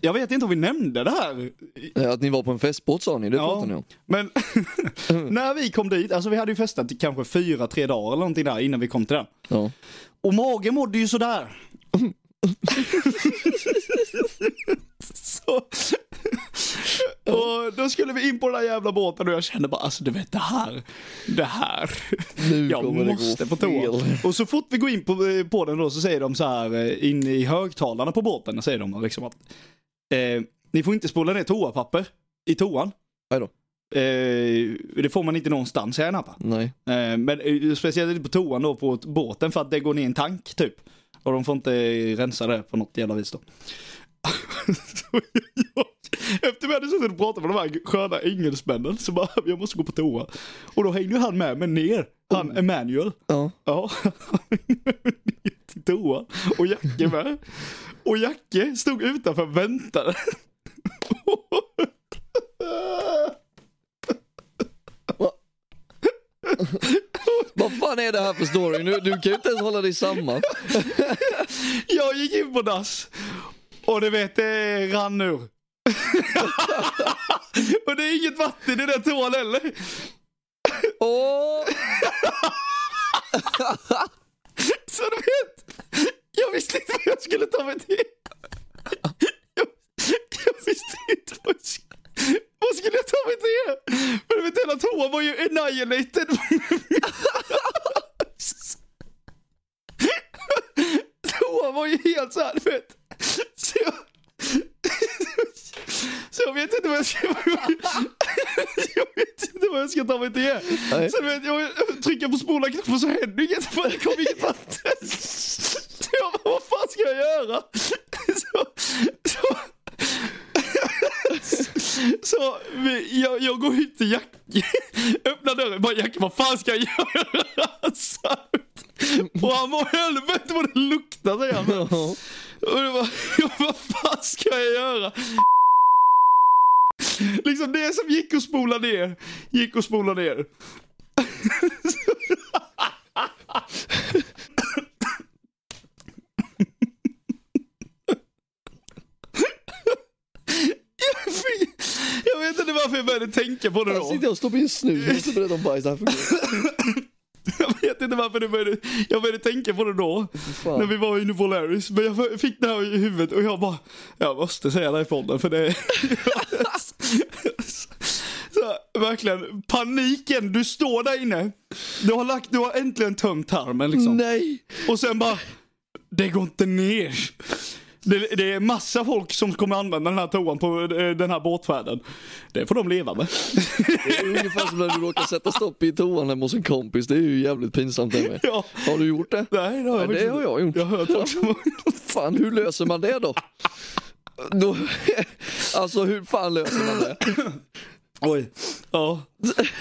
[SPEAKER 3] Jag vet inte om vi nämnde det här, i-
[SPEAKER 1] Att ni var på en festbåt sa ni, det
[SPEAKER 3] Ja.
[SPEAKER 1] pratade ni om.
[SPEAKER 3] men när vi kom dit, alltså vi hade ju festat i kanske fyra, tre dagar eller någonting där innan vi kom till den.
[SPEAKER 1] Ja.
[SPEAKER 3] Och magen mådde ju sådär. så. Och då skulle vi in på den där jävla båten och jag kände bara, alltså du vet det här, det här.
[SPEAKER 1] Nu
[SPEAKER 3] Jag
[SPEAKER 1] kommer
[SPEAKER 3] måste
[SPEAKER 1] det
[SPEAKER 3] på
[SPEAKER 1] gå
[SPEAKER 3] toa.
[SPEAKER 1] fel.
[SPEAKER 3] Och så fort vi går in på, eh, på den då så säger de så här, eh, in i högtalarna på båten, säger de liksom att eh, ni får inte spola ner toapapper i toan.
[SPEAKER 1] Aj då.
[SPEAKER 3] Eh, det får man inte någonstans här i Napa.
[SPEAKER 1] Nej.
[SPEAKER 3] Eh, Men eh, speciellt inte på toan då på båten för att det går ner i en tank typ. Och de får inte eh, rensa det på något jävla vis då. Så jag- Efter vi hade suttit och pratat med de här sköna engelsmännen så bara, jag måste gå på toa. Och då hängde ju han med mig ner, han Emanuel.
[SPEAKER 1] Ja.
[SPEAKER 3] Ja, han hängde med mig ner till toa. Och Jacke med. Och Jacke stod utanför och väntade.
[SPEAKER 1] Vad fan är det här för story? Nu, du kan ju inte ens hålla dig samman.
[SPEAKER 3] Jag gick in på dass. Och du vet, det rann ur. och det är inget vatten i den toan heller.
[SPEAKER 1] Åh!
[SPEAKER 3] Så du vet, jag visste inte vad jag skulle ta mig till. Jag, jag visste inte vad jag skulle... Vad skulle jag ta mig till? För du vet, hela toan var ju annihilated. Toan var ju helt såhär, du vet. Så jag... Så jag vet inte vad jag ska... Jag vet inte vad jag ska ta mig till.
[SPEAKER 1] Nej.
[SPEAKER 3] Så du vet, jag trycker på spola-knappen så händer ju inget för det kommer inget vatten. Så jag bara, vad fan ska jag göra? Så, så, så, Så vi, jag, jag går ut till Jack, öppnar dörren, bara Jack vad fan ska jag göra? Så ut. Och han var helvete vad det luktar säger han.
[SPEAKER 1] Ja.
[SPEAKER 3] Och det var, ja, vad fan ska jag göra? Liksom det som gick och spola ner, gick och spola ner. Jag fick- Jag vet inte varför jag började tänka på det
[SPEAKER 1] Jag
[SPEAKER 3] då.
[SPEAKER 1] sitter och stoppar in snus, jag måste berätta om bajs, det här fungerar
[SPEAKER 3] Jag vet inte varför du började, jag började tänka på det då.
[SPEAKER 1] fan.
[SPEAKER 3] När vi var i Novolaris. Men jag fick det här i huvudet och jag bara, jag måste säga det här i podden för det är... Så, verkligen, paniken. Du står där inne. Du har, lagt, du har äntligen tömt tarmen liksom.
[SPEAKER 1] Nej!
[SPEAKER 3] Och sen bara, det går inte ner. Det, det är massa folk som kommer använda den här toan på eh, den här båtfärden. Det får de leva med.
[SPEAKER 1] Det är ungefär som när du råkar sätta stopp i toan hemma hos en kompis, det är ju jävligt pinsamt det med.
[SPEAKER 3] Ja.
[SPEAKER 1] Har du gjort det?
[SPEAKER 3] Nej, det har jag
[SPEAKER 1] Nej, det
[SPEAKER 3] faktiskt
[SPEAKER 1] har
[SPEAKER 3] inte.
[SPEAKER 1] jag gjort.
[SPEAKER 3] Jag har hört folk som har
[SPEAKER 1] Fan, hur löser man det då? då alltså hur fan löser man det?
[SPEAKER 4] Oj.
[SPEAKER 3] Ja.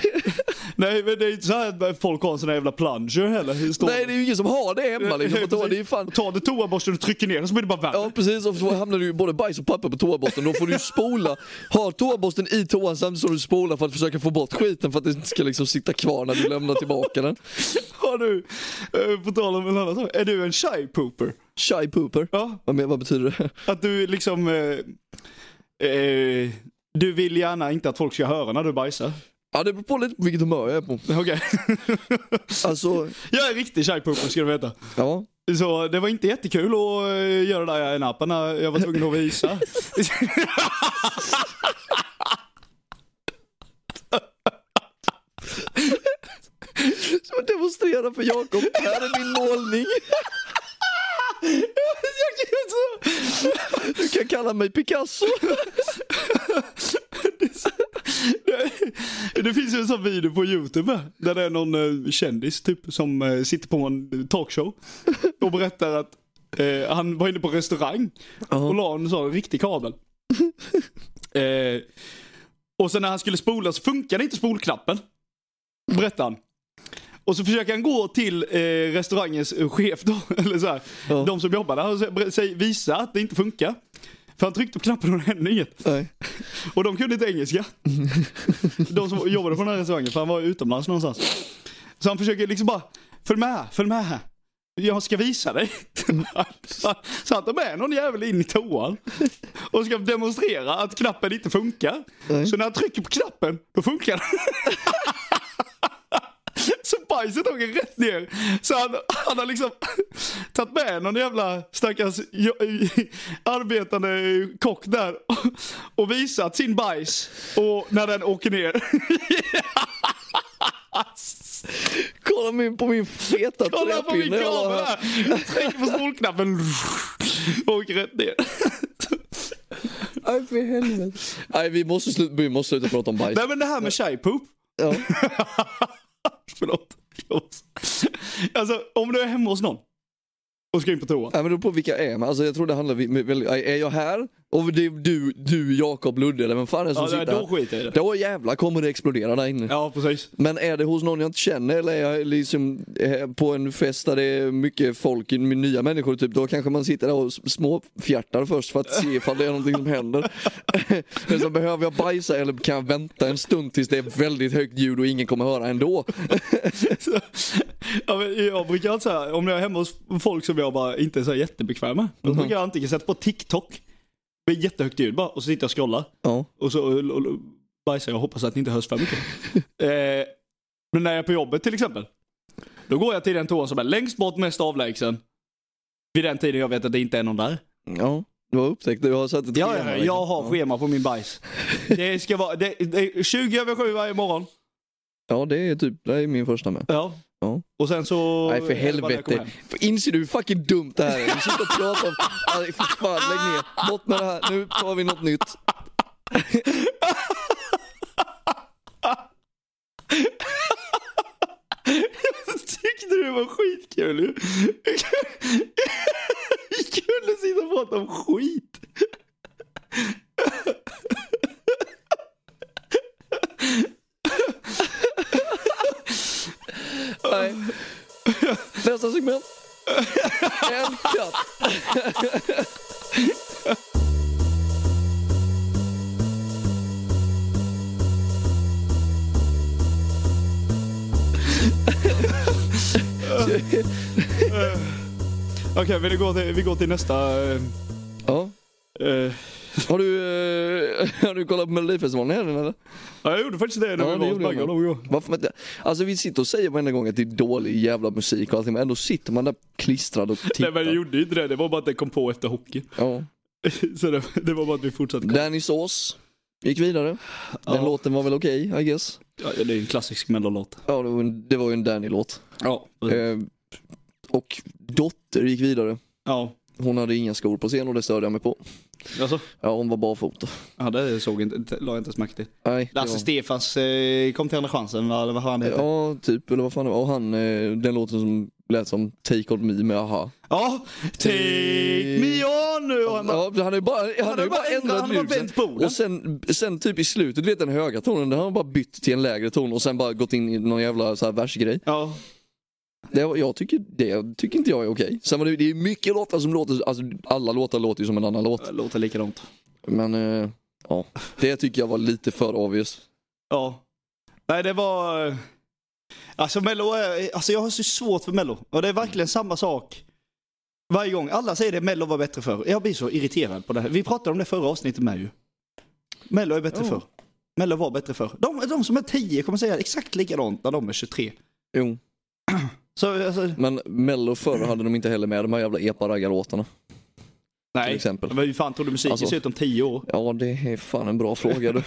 [SPEAKER 3] Nej men det är inte så här att folk har en sån här jävla plunger heller. Det står-
[SPEAKER 1] Nej det är ju ingen som har det hemma liksom, på toan. det är ju fan
[SPEAKER 3] Ta det toaborsten och trycker ner den så blir det bara värre.
[SPEAKER 1] Ja precis, och så hamnar du ju både bajs och papper på toaborsten. Då får du ju spola, ha toaborsten i toan samtidigt som du spolar för att försöka få bort skiten för att det inte ska liksom sitta kvar när du lämnar tillbaka den.
[SPEAKER 3] Har du, eh, på tal om en annan sak, är du en shy pooper?
[SPEAKER 1] Shy pooper.
[SPEAKER 3] Ja,
[SPEAKER 1] Vad, men, vad betyder det?
[SPEAKER 3] att du liksom, eh, eh, du vill gärna inte att folk ska höra när du bajsar.
[SPEAKER 1] Ja det beror på lite på vilket humör jag är på.
[SPEAKER 3] Okej,
[SPEAKER 1] Alltså,
[SPEAKER 3] jag är en riktig shy pooper ska du veta.
[SPEAKER 1] ja.
[SPEAKER 3] Så det var inte jättekul att eh, göra det där i nappen när jag var tvungen att visa.
[SPEAKER 1] Som att demonstrera för Jakob. Här är min målning. Du kan kalla mig Picasso.
[SPEAKER 3] Det finns ju en sån video på youtube där det är någon eh, kändis typ som eh, sitter på en talkshow och berättar att eh, han var inne på restaurang och la en sån riktig kabel. Eh, och sen när han skulle spola så funkade inte spolknappen. Berättar han. Och så försöker han gå till eh, restaurangens eh, chef då, eller så här,
[SPEAKER 1] Ja.
[SPEAKER 3] de som jobbar där och så- säg- visa att det inte funkar. För han tryckte på knappen och det hände inget.
[SPEAKER 1] Nej.
[SPEAKER 3] Och de kunde inte engelska. De som jobbade på den här restaurangen, för han var utomlands någonstans. Så han försöker liksom bara, följ med här, följ med här. Jag ska visa dig. Så- Så han tar med någon jävel in i toan och ska demonstrera att knappen inte funkar. Så när han trycker på knappen, då funkar den. Så bajset åker rätt ner. Så han, han har liksom tagit med någon jävla stackars jo- arbetande kock där och visat sin bajs och när den åker ner.
[SPEAKER 1] Kolla min, på min feta
[SPEAKER 3] Kolla på min
[SPEAKER 1] träpinne. jag
[SPEAKER 3] kamera
[SPEAKER 1] bara-
[SPEAKER 3] här. Trycker på spolknappen och åker rätt ner.
[SPEAKER 1] Nej för helvete. Nej vi måste, sluta, vi måste sluta prata om bajs.
[SPEAKER 3] Nej men det här med tjejpoop.
[SPEAKER 1] Ja.
[SPEAKER 3] Förlåt. Alltså om du är hemma hos någon och ska in på toa.
[SPEAKER 1] Nej men det beror på vilka jag är med. Alltså jag tror det handlar vi- med- väl- är jag här och det är du, du Jakob Ludde eller vem fan är det som
[SPEAKER 3] Ja, nej,
[SPEAKER 1] sitter
[SPEAKER 3] då
[SPEAKER 1] här?
[SPEAKER 3] skiter jag i det.
[SPEAKER 1] Då jävlar kommer det explodera där inne.
[SPEAKER 3] Ja precis.
[SPEAKER 1] Men är det hos någon jag inte känner eller är jag liksom eh, på en fest där det är mycket folk, med nya människor typ, då kanske man sitter där och s- småfjärtar först för att se ifall det är någonting som händer. Men så behöver jag bajsa eller kan jag vänta en stund tills det är väldigt högt ljud och ingen kommer höra ändå?
[SPEAKER 3] Så, ja, men jag brukar alltid säga, om jag är hemma hos folk som jag bara inte är så här jättebekväm med. Då brukar jag antingen sätta på TikTok med jättehögt ljud bara och så sitter jag och scrollar.
[SPEAKER 1] Ja.
[SPEAKER 3] Och så och, och, bajsar jag och hoppas att det inte hörs för mycket. eh, men när jag är på jobbet till exempel. Då går jag till den toan som är längst bort, mest avlägsen. Vid den tiden jag vet att det inte är någon där.
[SPEAKER 1] Ja, du har upptäckt det. Jag har satt ett
[SPEAKER 3] Ja,
[SPEAKER 1] schema,
[SPEAKER 3] ja,
[SPEAKER 1] liksom.
[SPEAKER 3] jag har schema på min bajs. Det ska vara det, det är 20 över 7 varje morgon.
[SPEAKER 1] Ja, det är typ, det är min första med.
[SPEAKER 3] Ja.
[SPEAKER 1] Ja.
[SPEAKER 3] Och sen så...
[SPEAKER 1] Nej för helvete. För inser du hur fucking dumt det här är? Vi sitter och pratar om, nej för fan lägg ner. Bort med det här, nu tar vi något nytt.
[SPEAKER 3] Tyckte du det var skitkul ju? Vi kunde sitta och prata om skit.
[SPEAKER 1] segment. En katt.
[SPEAKER 3] Okej, men vi går till, vi går till nästa. eh,
[SPEAKER 1] Ja.
[SPEAKER 3] eh,
[SPEAKER 1] Har du, eh, har du kollat på Melodifestivalen i helgen eller?
[SPEAKER 3] ja, jag gjorde faktiskt det när
[SPEAKER 1] Ja, det
[SPEAKER 3] vi var
[SPEAKER 1] gjorde
[SPEAKER 3] hos Bagge
[SPEAKER 1] jag
[SPEAKER 3] någon gång.
[SPEAKER 1] Varför man inte? Alltså vi sitter och säger varenda gång att det är dålig jävla musik och allting men ändå sitter man där klistrad och tittar.
[SPEAKER 3] Nej men jag gjorde ju inte det, det var bara att det kom på efter hockey.
[SPEAKER 1] ja.
[SPEAKER 3] Så det, det var bara att vi fortsatte.
[SPEAKER 1] Danny Sauce gick vidare. Den
[SPEAKER 3] Ja.
[SPEAKER 1] låten var väl okej I guess.
[SPEAKER 3] Ja, det är ju en klassisk mellolåt.
[SPEAKER 1] Ja det var en- det var ju en Danny-låt.
[SPEAKER 3] Ja.
[SPEAKER 1] Eh, och Dotter gick vidare.
[SPEAKER 3] Ja.
[SPEAKER 1] Hon hade inga skor på scen och det störde jag mig på.
[SPEAKER 3] Alltså,
[SPEAKER 1] Ja hon var barfota.
[SPEAKER 3] ja, det såg jag inte, la jag inte ens märke till.
[SPEAKER 1] Nej. det
[SPEAKER 3] Lasse
[SPEAKER 1] var-
[SPEAKER 3] Stefans eh, kom till andra chansen, vad, vad han heter. Ja.
[SPEAKER 1] Ja, typ, eller vad fan det var. Och han, eh, den låten som lät som Take On Me med AHA.
[SPEAKER 3] Take me on nu! Och han bara,
[SPEAKER 1] Ja, han har ju bara, han har ju bara ändrat
[SPEAKER 3] han har bara vänt på orden.
[SPEAKER 1] Och sen, sen typ i slutet, du vet den höga tonen, den har han bara bytt till en lägre ton och sen bara gått in i någon jävla så här versgrej.
[SPEAKER 3] Ja.
[SPEAKER 1] Det, var- jag tycker, det tycker inte jag är okej. Sen var det, det är mycket låtar som låter, alltså alla låtar låter ju som en annan låt.
[SPEAKER 3] Det låter likadant.
[SPEAKER 1] Men eh, ja, det tycker jag var lite för obvious.
[SPEAKER 3] Ja. Nej, det var... eh, Alltså Mello är... Alltså jag har så svårt för Mello. Och det är verkligen samma sak. Varje gång. Alla säger det, Mello var bättre förr. Jag blir så irriterad på det här. Vi pratade om det förra avsnittet med ju. Mello är bättre
[SPEAKER 1] Ja.
[SPEAKER 3] förr. Mello var bättre förr. De, de som är 10 kommer säga exakt likadant när de är 23.
[SPEAKER 1] Jo,
[SPEAKER 3] Så alltså...
[SPEAKER 1] men mello förr hade de inte heller med de här jävla epa-raggarlåtarna.
[SPEAKER 3] Nej.
[SPEAKER 1] Till exempel.
[SPEAKER 3] Men hur fan tror du musiken
[SPEAKER 1] Alltså-
[SPEAKER 3] ser ut om 10 år?
[SPEAKER 1] Ja, det är fan en bra fråga du.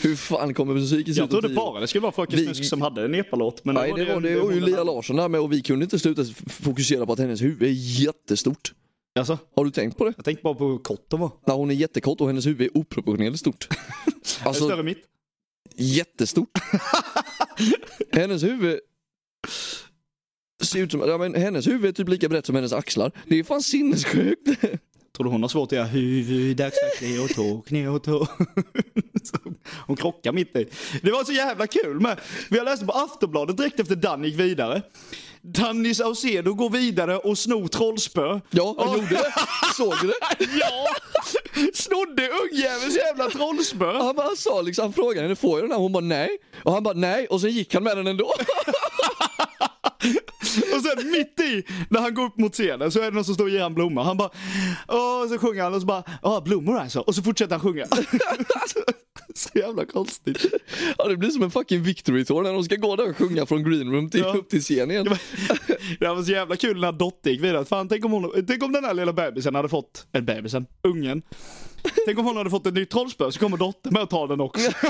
[SPEAKER 1] Hur fan kommer musiken se
[SPEAKER 3] Jag
[SPEAKER 1] ut om
[SPEAKER 3] trodde
[SPEAKER 1] tio år?
[SPEAKER 3] bara det skulle vara Fröken
[SPEAKER 1] Vi-
[SPEAKER 3] Snusk som hade en epalåt. Men
[SPEAKER 1] Nej, det var det. Och ju Lia Larsson där med och vi kunde inte sluta f- fokusera på att hennes huvud är jättestort.
[SPEAKER 3] Alltså,
[SPEAKER 1] Har du tänkt på det?
[SPEAKER 3] jag tänkte bara på hur kort de var.
[SPEAKER 1] När hon är jättekort och hennes huvud är oproportionerligt stort.
[SPEAKER 3] Alltså... Större
[SPEAKER 1] Alltså
[SPEAKER 3] än mitt.
[SPEAKER 1] jättestort. hennes huvud ser ut som, ja men hennes huvud är typ lika brett som hennes axlar. Det är fan sinnessjukt.
[SPEAKER 3] Tror du hon har svårt att göra huvud, axlar, knä och tå, knä och tå? Så hon krockar mitt i. Det var så jävla kul med. Vi har läst på Aftonbladet direkt efter Danny gick vidare. Danny Saucedo går vidare och snor trollspö.
[SPEAKER 1] Ja, hon gjorde det. Såg du det?
[SPEAKER 3] Ja! Snodde ungjävelns jävla trollspö.
[SPEAKER 1] Han, bara, han sa liksom, han frågade henne, får jag den här? Hon bara nej. Och han bara nej och sen gick han med den ändå.
[SPEAKER 3] Och sen mitt i, när han går upp mot scenen så är det någon som står och ger han blomma. Han bara, åh, så sjunger han och så bara, ja blommor alltså. Och så fortsätter han sjunga. så, så jävla konstigt.
[SPEAKER 1] Ja, det blir som en fucking victory tour när de ska gå där och sjunga från green room till,
[SPEAKER 3] Ja.
[SPEAKER 1] upp till scen igen.
[SPEAKER 3] Det var så jävla kul när Dotter gick vidare. Fan, tänk om, hon, tänk om den här lilla bebisen hade fått, eller bebisen, ungen. Tänk om hon hade fått ett nytt trollspö så kommer Dotter med och tar den också.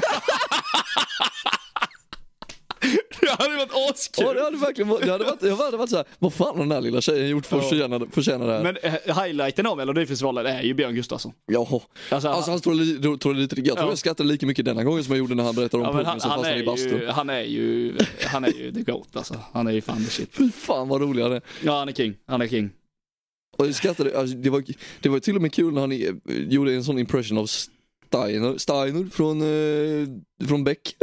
[SPEAKER 3] Det hade varit
[SPEAKER 1] Ja,
[SPEAKER 3] askul.
[SPEAKER 1] det hade verkligen varit, det hade varit, jag hade varit såhär, vad fan har den här lilla tjejen gjort för att
[SPEAKER 3] Ja.
[SPEAKER 1] förtjäna, förtjäna det här?
[SPEAKER 3] Men eh, highlighten av Melodifestivalen är ju Björn Gustafsson.
[SPEAKER 1] Jaha.
[SPEAKER 3] Alltså,
[SPEAKER 1] Alltså han tror, tror lite, jag tror
[SPEAKER 3] Ja.
[SPEAKER 1] jag skrattade lika mycket denna gången som jag gjorde när han berättade om
[SPEAKER 3] ja, men
[SPEAKER 1] pungen
[SPEAKER 3] han,
[SPEAKER 1] som
[SPEAKER 3] han, är
[SPEAKER 1] fastnade i bastun.
[SPEAKER 3] ju, han är ju, han är ju the GOAT alltså. Han är ju fan the shit.
[SPEAKER 1] Fy fan vad rolig han är.
[SPEAKER 3] Ja, han är king. Han är king.
[SPEAKER 1] Och jag skrattade, alltså, det, var, det var till och med kul när han eh, gjorde en sån impression av Steiner, Steiner från, eh, från Beck.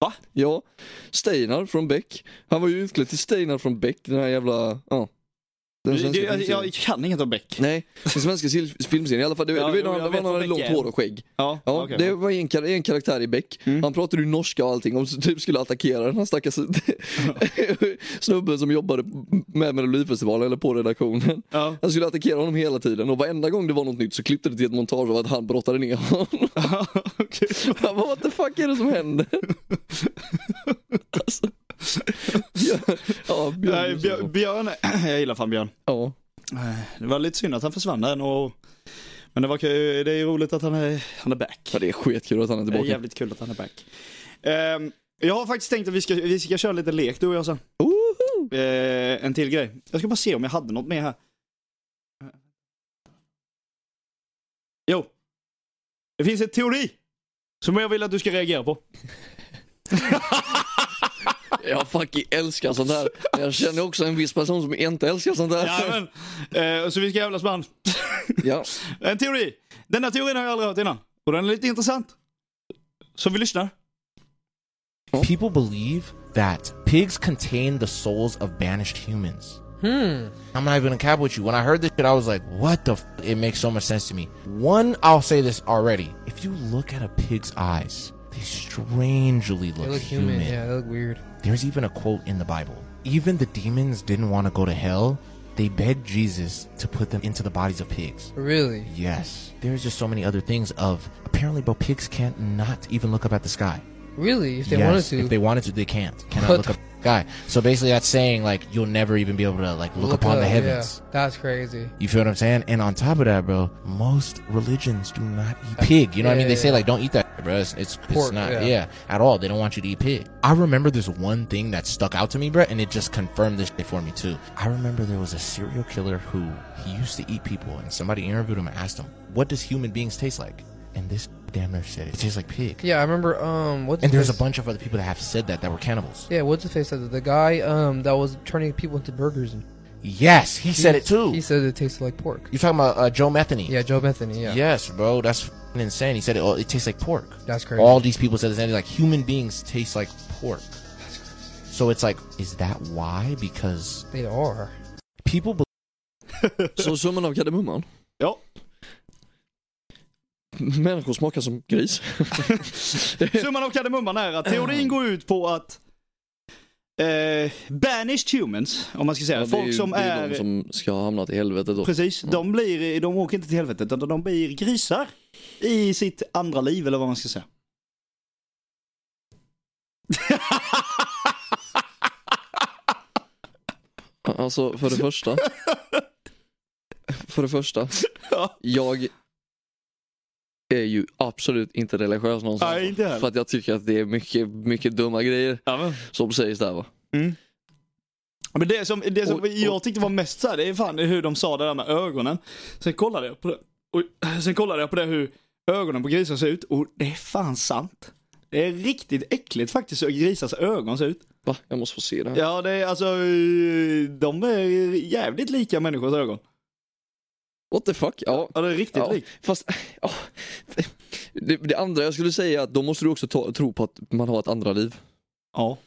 [SPEAKER 3] Va?
[SPEAKER 1] Ja, Steinar från Beck. Han var ju utklädd till Steinar från Beck, den här jävla, ja. Den
[SPEAKER 3] Jag,
[SPEAKER 1] svenska
[SPEAKER 3] jag,
[SPEAKER 1] filmserien.
[SPEAKER 3] alltså, jag kan inget om Beck.
[SPEAKER 1] Nej, den svenska sil- filmserien i alla fall. Det,
[SPEAKER 3] Ja,
[SPEAKER 1] det var ju
[SPEAKER 3] jo,
[SPEAKER 1] någon,
[SPEAKER 3] jag
[SPEAKER 1] det var
[SPEAKER 3] vet
[SPEAKER 1] någon
[SPEAKER 3] vad
[SPEAKER 1] med
[SPEAKER 3] Beck
[SPEAKER 1] långt
[SPEAKER 3] är.
[SPEAKER 1] hår och skägg.
[SPEAKER 3] Ja,
[SPEAKER 1] Ja,
[SPEAKER 3] okej,
[SPEAKER 1] det
[SPEAKER 3] ja.
[SPEAKER 1] var en, kar- en karaktär i Beck.
[SPEAKER 3] Mm.
[SPEAKER 1] Han pratade ju norska och allting och så typ skulle attackera den här stackars snubben som jobbade med Melodifestivalen eller på redaktionen.
[SPEAKER 3] Ja.
[SPEAKER 1] Han skulle attackera honom hela tiden och varenda gång det var något nytt så klippte det till ett montage av att han brottade ner honom.
[SPEAKER 3] Okej.
[SPEAKER 1] Han bara, what the fuck är det som händer? alltså. Ja, ja, Björn,
[SPEAKER 3] Nej, Björ-
[SPEAKER 1] Gustafsson.
[SPEAKER 3] Björn, jag gillar fan Björn.
[SPEAKER 1] ja.
[SPEAKER 3] Det var lite synd att han försvann där och... Men det, var kul, det är ju roligt att han är, han är back.
[SPEAKER 1] ja, det är skitkul att han är
[SPEAKER 3] Det är
[SPEAKER 1] tillbaka.
[SPEAKER 3] jävligt kul att han är back. Ehm, jag har faktiskt tänkt att vi ska, vi ska köra lite lek du och jag sen.
[SPEAKER 1] Woho!
[SPEAKER 3] Ehm, en till grej. Jag ska bara se om jag hade något mer här. Jo. Det finns en teori. Som jag vill att du ska reagera på.
[SPEAKER 1] Jag fucking älskar sånt här. Men jag känner också en viss person som inte älskar sånt här.
[SPEAKER 3] Jajamän. Ehm, så vi ska jävlas med han.
[SPEAKER 1] Ja.
[SPEAKER 3] Eh, En teori. Denna teorin har jag aldrig hört innan. Och den är lite intressant. Så vi lyssnar.
[SPEAKER 5] People believe that pigs contain the souls of banished humans.
[SPEAKER 6] Hmm.
[SPEAKER 5] I'm not even gonna cap with you. When I heard this shit, I was like, what the f-? It makes so much sense to me. One, I'll say this already. If you look at a pig's eyes, they strangely look,
[SPEAKER 6] They look human. Yeah, they look weird.
[SPEAKER 5] There's even a quote in the Bible. Even the demons didn't want to go to hell. They begged Jesus to put them into the bodies of pigs.
[SPEAKER 6] Really?
[SPEAKER 5] Yes. There's just so many other things of apparently but pigs can't not even look up at the sky.
[SPEAKER 6] Really? If they
[SPEAKER 5] Yes,
[SPEAKER 6] wanted to.
[SPEAKER 5] If they wanted to, they can't. Cannot
[SPEAKER 6] What
[SPEAKER 5] look
[SPEAKER 6] the
[SPEAKER 5] up at the sky. So basically that's saying like you'll never even be able to like look, upon the
[SPEAKER 6] up,
[SPEAKER 5] heavens.
[SPEAKER 6] Yeah. That's crazy.
[SPEAKER 5] You feel what I'm saying? And on top of that, bro, most religions do not eat pig. You know what I mean?
[SPEAKER 6] Yeah,
[SPEAKER 5] They say
[SPEAKER 6] yeah.
[SPEAKER 5] like, don't eat that, bro. It's, it's,
[SPEAKER 6] Pork,
[SPEAKER 5] it's not,
[SPEAKER 6] yeah.
[SPEAKER 5] yeah. at all. They don't want you to eat pig. I remember this one thing that stuck out to me, bro, and it just confirmed this shit for me too. I remember there was a serial killer who he used to eat people, and somebody interviewed him and asked him, "What does human beings taste like?" And this damn near said, "It tastes like pig."
[SPEAKER 6] Yeah, I remember. Um, what's
[SPEAKER 5] And
[SPEAKER 6] the
[SPEAKER 5] there's a
[SPEAKER 6] face-
[SPEAKER 5] bunch of other people that have said that that were cannibals.
[SPEAKER 6] Yeah, what's the face of the guy um that was turning people into burgers? And
[SPEAKER 5] Yes, he said it too.
[SPEAKER 6] He said it tasted like pork.
[SPEAKER 5] You're talking about uh, Joe Metheny.
[SPEAKER 6] Yeah, Joe Bethany. Yeah.
[SPEAKER 5] Yes, bro, that's f***ing insane. He said it, oh, it tastes like pork.
[SPEAKER 6] That's crazy.
[SPEAKER 5] All these people said the same thing, like human beings taste like pork. So it's like, is that why? Because
[SPEAKER 6] They are.
[SPEAKER 5] people believe
[SPEAKER 1] Så summan av kardemumman?
[SPEAKER 3] Ja.
[SPEAKER 1] Människor smakar som gris.
[SPEAKER 3] Summan av kardemumman är att teorin går ut på att eh, banished humans, om man ska säga,
[SPEAKER 1] Ja, det är
[SPEAKER 3] folk
[SPEAKER 1] ju,
[SPEAKER 3] som
[SPEAKER 1] det är,
[SPEAKER 3] är...
[SPEAKER 1] de som ska ha hamnat i helvetet då.
[SPEAKER 3] Precis, de, blir, de åker inte till helvetet utan de blir grisar i sitt andra liv eller vad man ska säga.
[SPEAKER 1] Alltså för det första. För det första.
[SPEAKER 3] Ja.
[SPEAKER 1] Jag är ju absolut inte religiös någonstans.
[SPEAKER 3] Nej, inte heller.
[SPEAKER 1] För att jag tycker att det är mycket, mycket dumma grejer som sägs där va.
[SPEAKER 3] Men det som, det som
[SPEAKER 1] Och- och-
[SPEAKER 3] jag tyckte var mest så här, det är fan hur de sa det där med ögonen. Sen kollade jag på det, och, sen kollade jag på det hur ögonen på grisar ser ut och det är fan sant. Det är riktigt äckligt faktiskt hur grisars ögon ser ut.
[SPEAKER 1] Va? Jag måste få se det här.
[SPEAKER 3] Ja, det är alltså, eh, de är jävligt lika människors ögon.
[SPEAKER 1] What the fuck? Ja.
[SPEAKER 3] Ja, det är riktigt
[SPEAKER 1] ja.
[SPEAKER 3] likt.
[SPEAKER 1] Fast, ja. Det, det andra jag skulle säga är att då måste du också ta, tro på att man har ett andra liv.
[SPEAKER 3] Ja.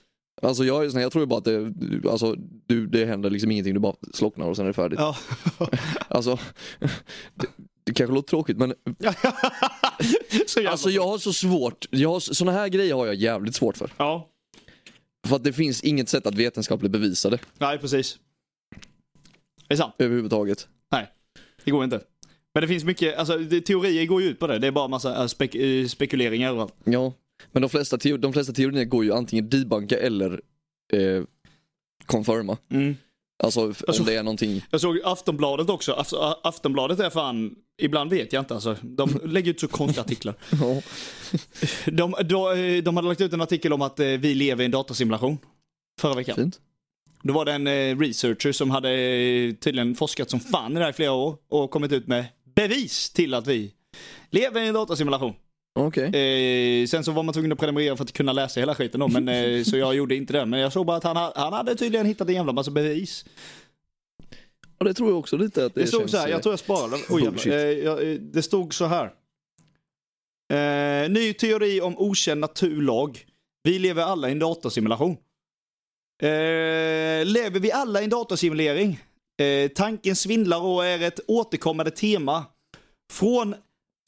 [SPEAKER 1] Alltså jag, är sån här, jag tror ju bara att det, alltså, du, det händer liksom ingenting, du bara slocknar och sen är det färdigt.
[SPEAKER 3] ja.
[SPEAKER 1] Alltså, det, det kanske låter tråkigt men
[SPEAKER 3] så jävla...
[SPEAKER 1] alltså jag har så svårt, jag har, såna här grejer har jag jävligt svårt för.
[SPEAKER 3] Ja.
[SPEAKER 1] För att det finns inget sätt att vetenskapligt bevisa det
[SPEAKER 3] Nej, precis. Det är sant.
[SPEAKER 1] överhuvudtaget.
[SPEAKER 3] Det går inte. Men det finns mycket, alltså det, teorier går ju ut på det. Det är bara massa eh, spek, eh, spekuleringar och allt.
[SPEAKER 1] Ja, men de flesta, teo- de flesta teorierna går ju antingen debunka eller eh, confirma. Alltså, f-
[SPEAKER 3] Alltså-
[SPEAKER 1] om det är någonting.
[SPEAKER 3] Jag såg Aftonbladet också. Aft, A- Aftonbladet är fan, ibland vet jag inte alltså. De lägger ut så konstiga artiklar.
[SPEAKER 1] Ja.
[SPEAKER 3] De, då, eh, de hade lagt ut en artikel om att eh, vi lever i en datasimulation. Förra veckan.
[SPEAKER 1] Fint.
[SPEAKER 3] Då var det en eh, researcher som hade eh, tydligen forskat som fan i det här i flera år och kommit ut med bevis till att vi lever i en datasimulation.
[SPEAKER 1] Okej.
[SPEAKER 3] Eh, sen så var man tvungen att prenumerera för att kunna läsa hela skiten då, men, eh, så jag gjorde inte det. Men jag såg bara att han, ha- han hade tydligen hittat en jävla massa bevis.
[SPEAKER 1] Ja, det tror jag också lite att det,
[SPEAKER 3] Det, stod
[SPEAKER 1] känns,
[SPEAKER 3] så här,
[SPEAKER 1] eh,
[SPEAKER 3] jag tror jag sparade. Oj, jävlar.
[SPEAKER 1] Bullshit.
[SPEAKER 3] eh, jag, eh, det stod så här. Eh, ny teori om okänd naturlag. Vi lever alla i en datasimulation. Eh, lever vi alla i en datasimulering? Eh, tanken svindlar och är ett återkommande tema. Från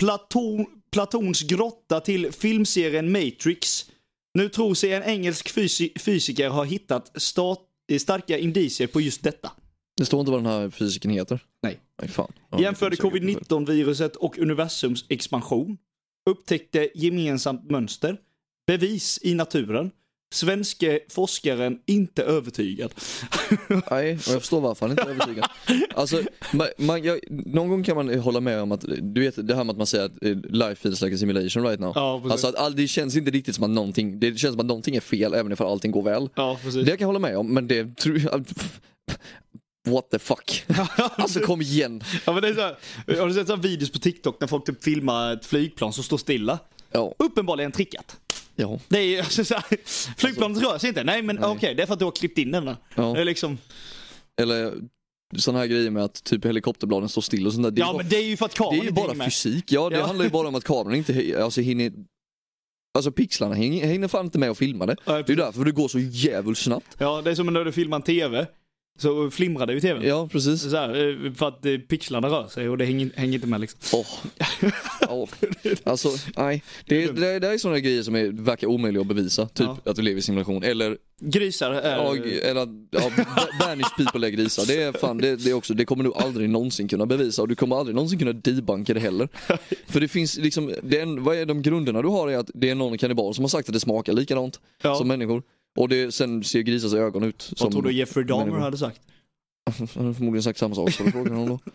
[SPEAKER 3] Platon, Platons grotta till filmserien Matrix. Nu tror sig en engelsk fysi- fysiker ha hittat stat- eh, starka indicier på just detta.
[SPEAKER 1] det står inte vad den här fysiken heter.
[SPEAKER 3] Nej.
[SPEAKER 1] Nej fan. Ja, det
[SPEAKER 3] Jämförde
[SPEAKER 1] kommer säkert inte.
[SPEAKER 3] covid-19-viruset och universums expansion. Upptäckte gemensamt mönster. Bevis i naturen. Svenske forskaren inte övertygad.
[SPEAKER 1] Nej, och jag förstår varför han inte är övertygad. Alltså, man, man, jag, någon gång kan man hålla med om att, du vet det här med att man säger att eh, life feels like a simulation right now.
[SPEAKER 3] Ja, precis.
[SPEAKER 1] alltså att all, det känns inte riktigt som att någonting, det känns som att någonting är fel även ifall allting går väl.
[SPEAKER 3] Ja, precis.
[SPEAKER 1] Det kan jag hålla med om, men det tror jag... What the fuck? Alltså kom igen.
[SPEAKER 3] Ja, men det är så här, har du sett så här videos på TikTok när folk typ filmar ett flygplan som står stilla?
[SPEAKER 1] Ja,
[SPEAKER 3] Uppenbarligen trickat.
[SPEAKER 1] ja.
[SPEAKER 3] Det är ju alltså så här, flygplanet rör sig inte. Nej, men okej, det är för att du har klippt in den där.
[SPEAKER 1] Ja.
[SPEAKER 3] Det är liksom,
[SPEAKER 1] Eller sådana här grejer med att typ helikopterbladen står still och sånt där. Det är
[SPEAKER 3] ja,
[SPEAKER 1] bara,
[SPEAKER 3] men det är ju för att
[SPEAKER 1] det
[SPEAKER 3] kameran
[SPEAKER 1] är ju
[SPEAKER 3] inte
[SPEAKER 1] bara
[SPEAKER 3] hänger med.
[SPEAKER 1] fysik. Ja, det
[SPEAKER 3] Ja.
[SPEAKER 1] handlar ju bara om att kameran inte he- alltså, hinner Alltså pixlarna hänger, hänger fan inte med och filmar det.
[SPEAKER 3] Nej,
[SPEAKER 1] Det är ju därför det går så jävligt snabbt.
[SPEAKER 3] Ja, det är som när du filmar en TV. Så flimrar det ju i TVn.
[SPEAKER 1] Ja, precis.
[SPEAKER 3] Så här, eh, för att eh, pixlarna rör sig och det hänger, hänger inte med liksom.
[SPEAKER 1] Åh. Ja. Alltså, nej. Det, är- det, är- det är sådana grejer som är, verkar omöjliga att bevisa. Typ att vi lever i simulation. Eller,
[SPEAKER 3] Grisar eh, är...
[SPEAKER 1] ja, eller att ja, ba- Banished people är grisar. Det, är fan, det, det, är också, det kommer du aldrig någonsin kunna bevisa och du kommer aldrig någonsin kunna debunka det heller. För det finns liksom, det är, en- vad är de grunderna du har är att det är någon kannibal som har sagt att det smakar likadant
[SPEAKER 3] Ja.
[SPEAKER 1] som människor. Och det, sen ser grisars ögon ut som...
[SPEAKER 3] Vad tror du Jeffrey Dahmer
[SPEAKER 1] människor.
[SPEAKER 3] hade sagt?
[SPEAKER 1] Han har förmodligen sagt samma sak, så då frågar honom då.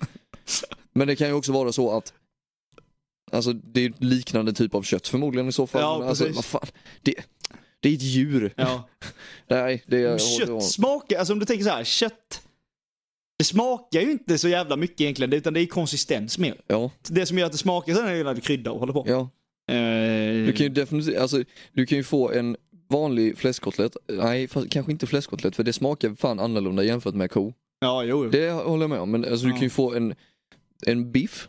[SPEAKER 1] Men det kan ju också vara så att Alltså det är ju ett liknande typ av kött förmodligen i så fall.
[SPEAKER 3] Ja,
[SPEAKER 1] Men alltså,
[SPEAKER 3] precis.
[SPEAKER 1] vad fan. Det, det är ett djur.
[SPEAKER 3] Ja.
[SPEAKER 1] Nej, det är...
[SPEAKER 3] Kött smakar, alltså om du tänker så här, kött. Det smakar ju inte så jävla mycket egentligen, utan det är konsistens mer.
[SPEAKER 1] Ja,
[SPEAKER 3] Det som gör att det smakar sen är ju när du kryddar och håller på.
[SPEAKER 1] ja.
[SPEAKER 3] Eh,
[SPEAKER 1] Du kan ju definitivt, alltså du kan ju få en vanlig fläskkotlett. Nej, fast, kanske inte fläskkotlett för det smakar fan annorlunda jämfört med ko.
[SPEAKER 3] Ja, jo. jo.
[SPEAKER 1] Det håller jag med om. Men alltså, du
[SPEAKER 3] Ja.
[SPEAKER 1] kan ju få en, en biff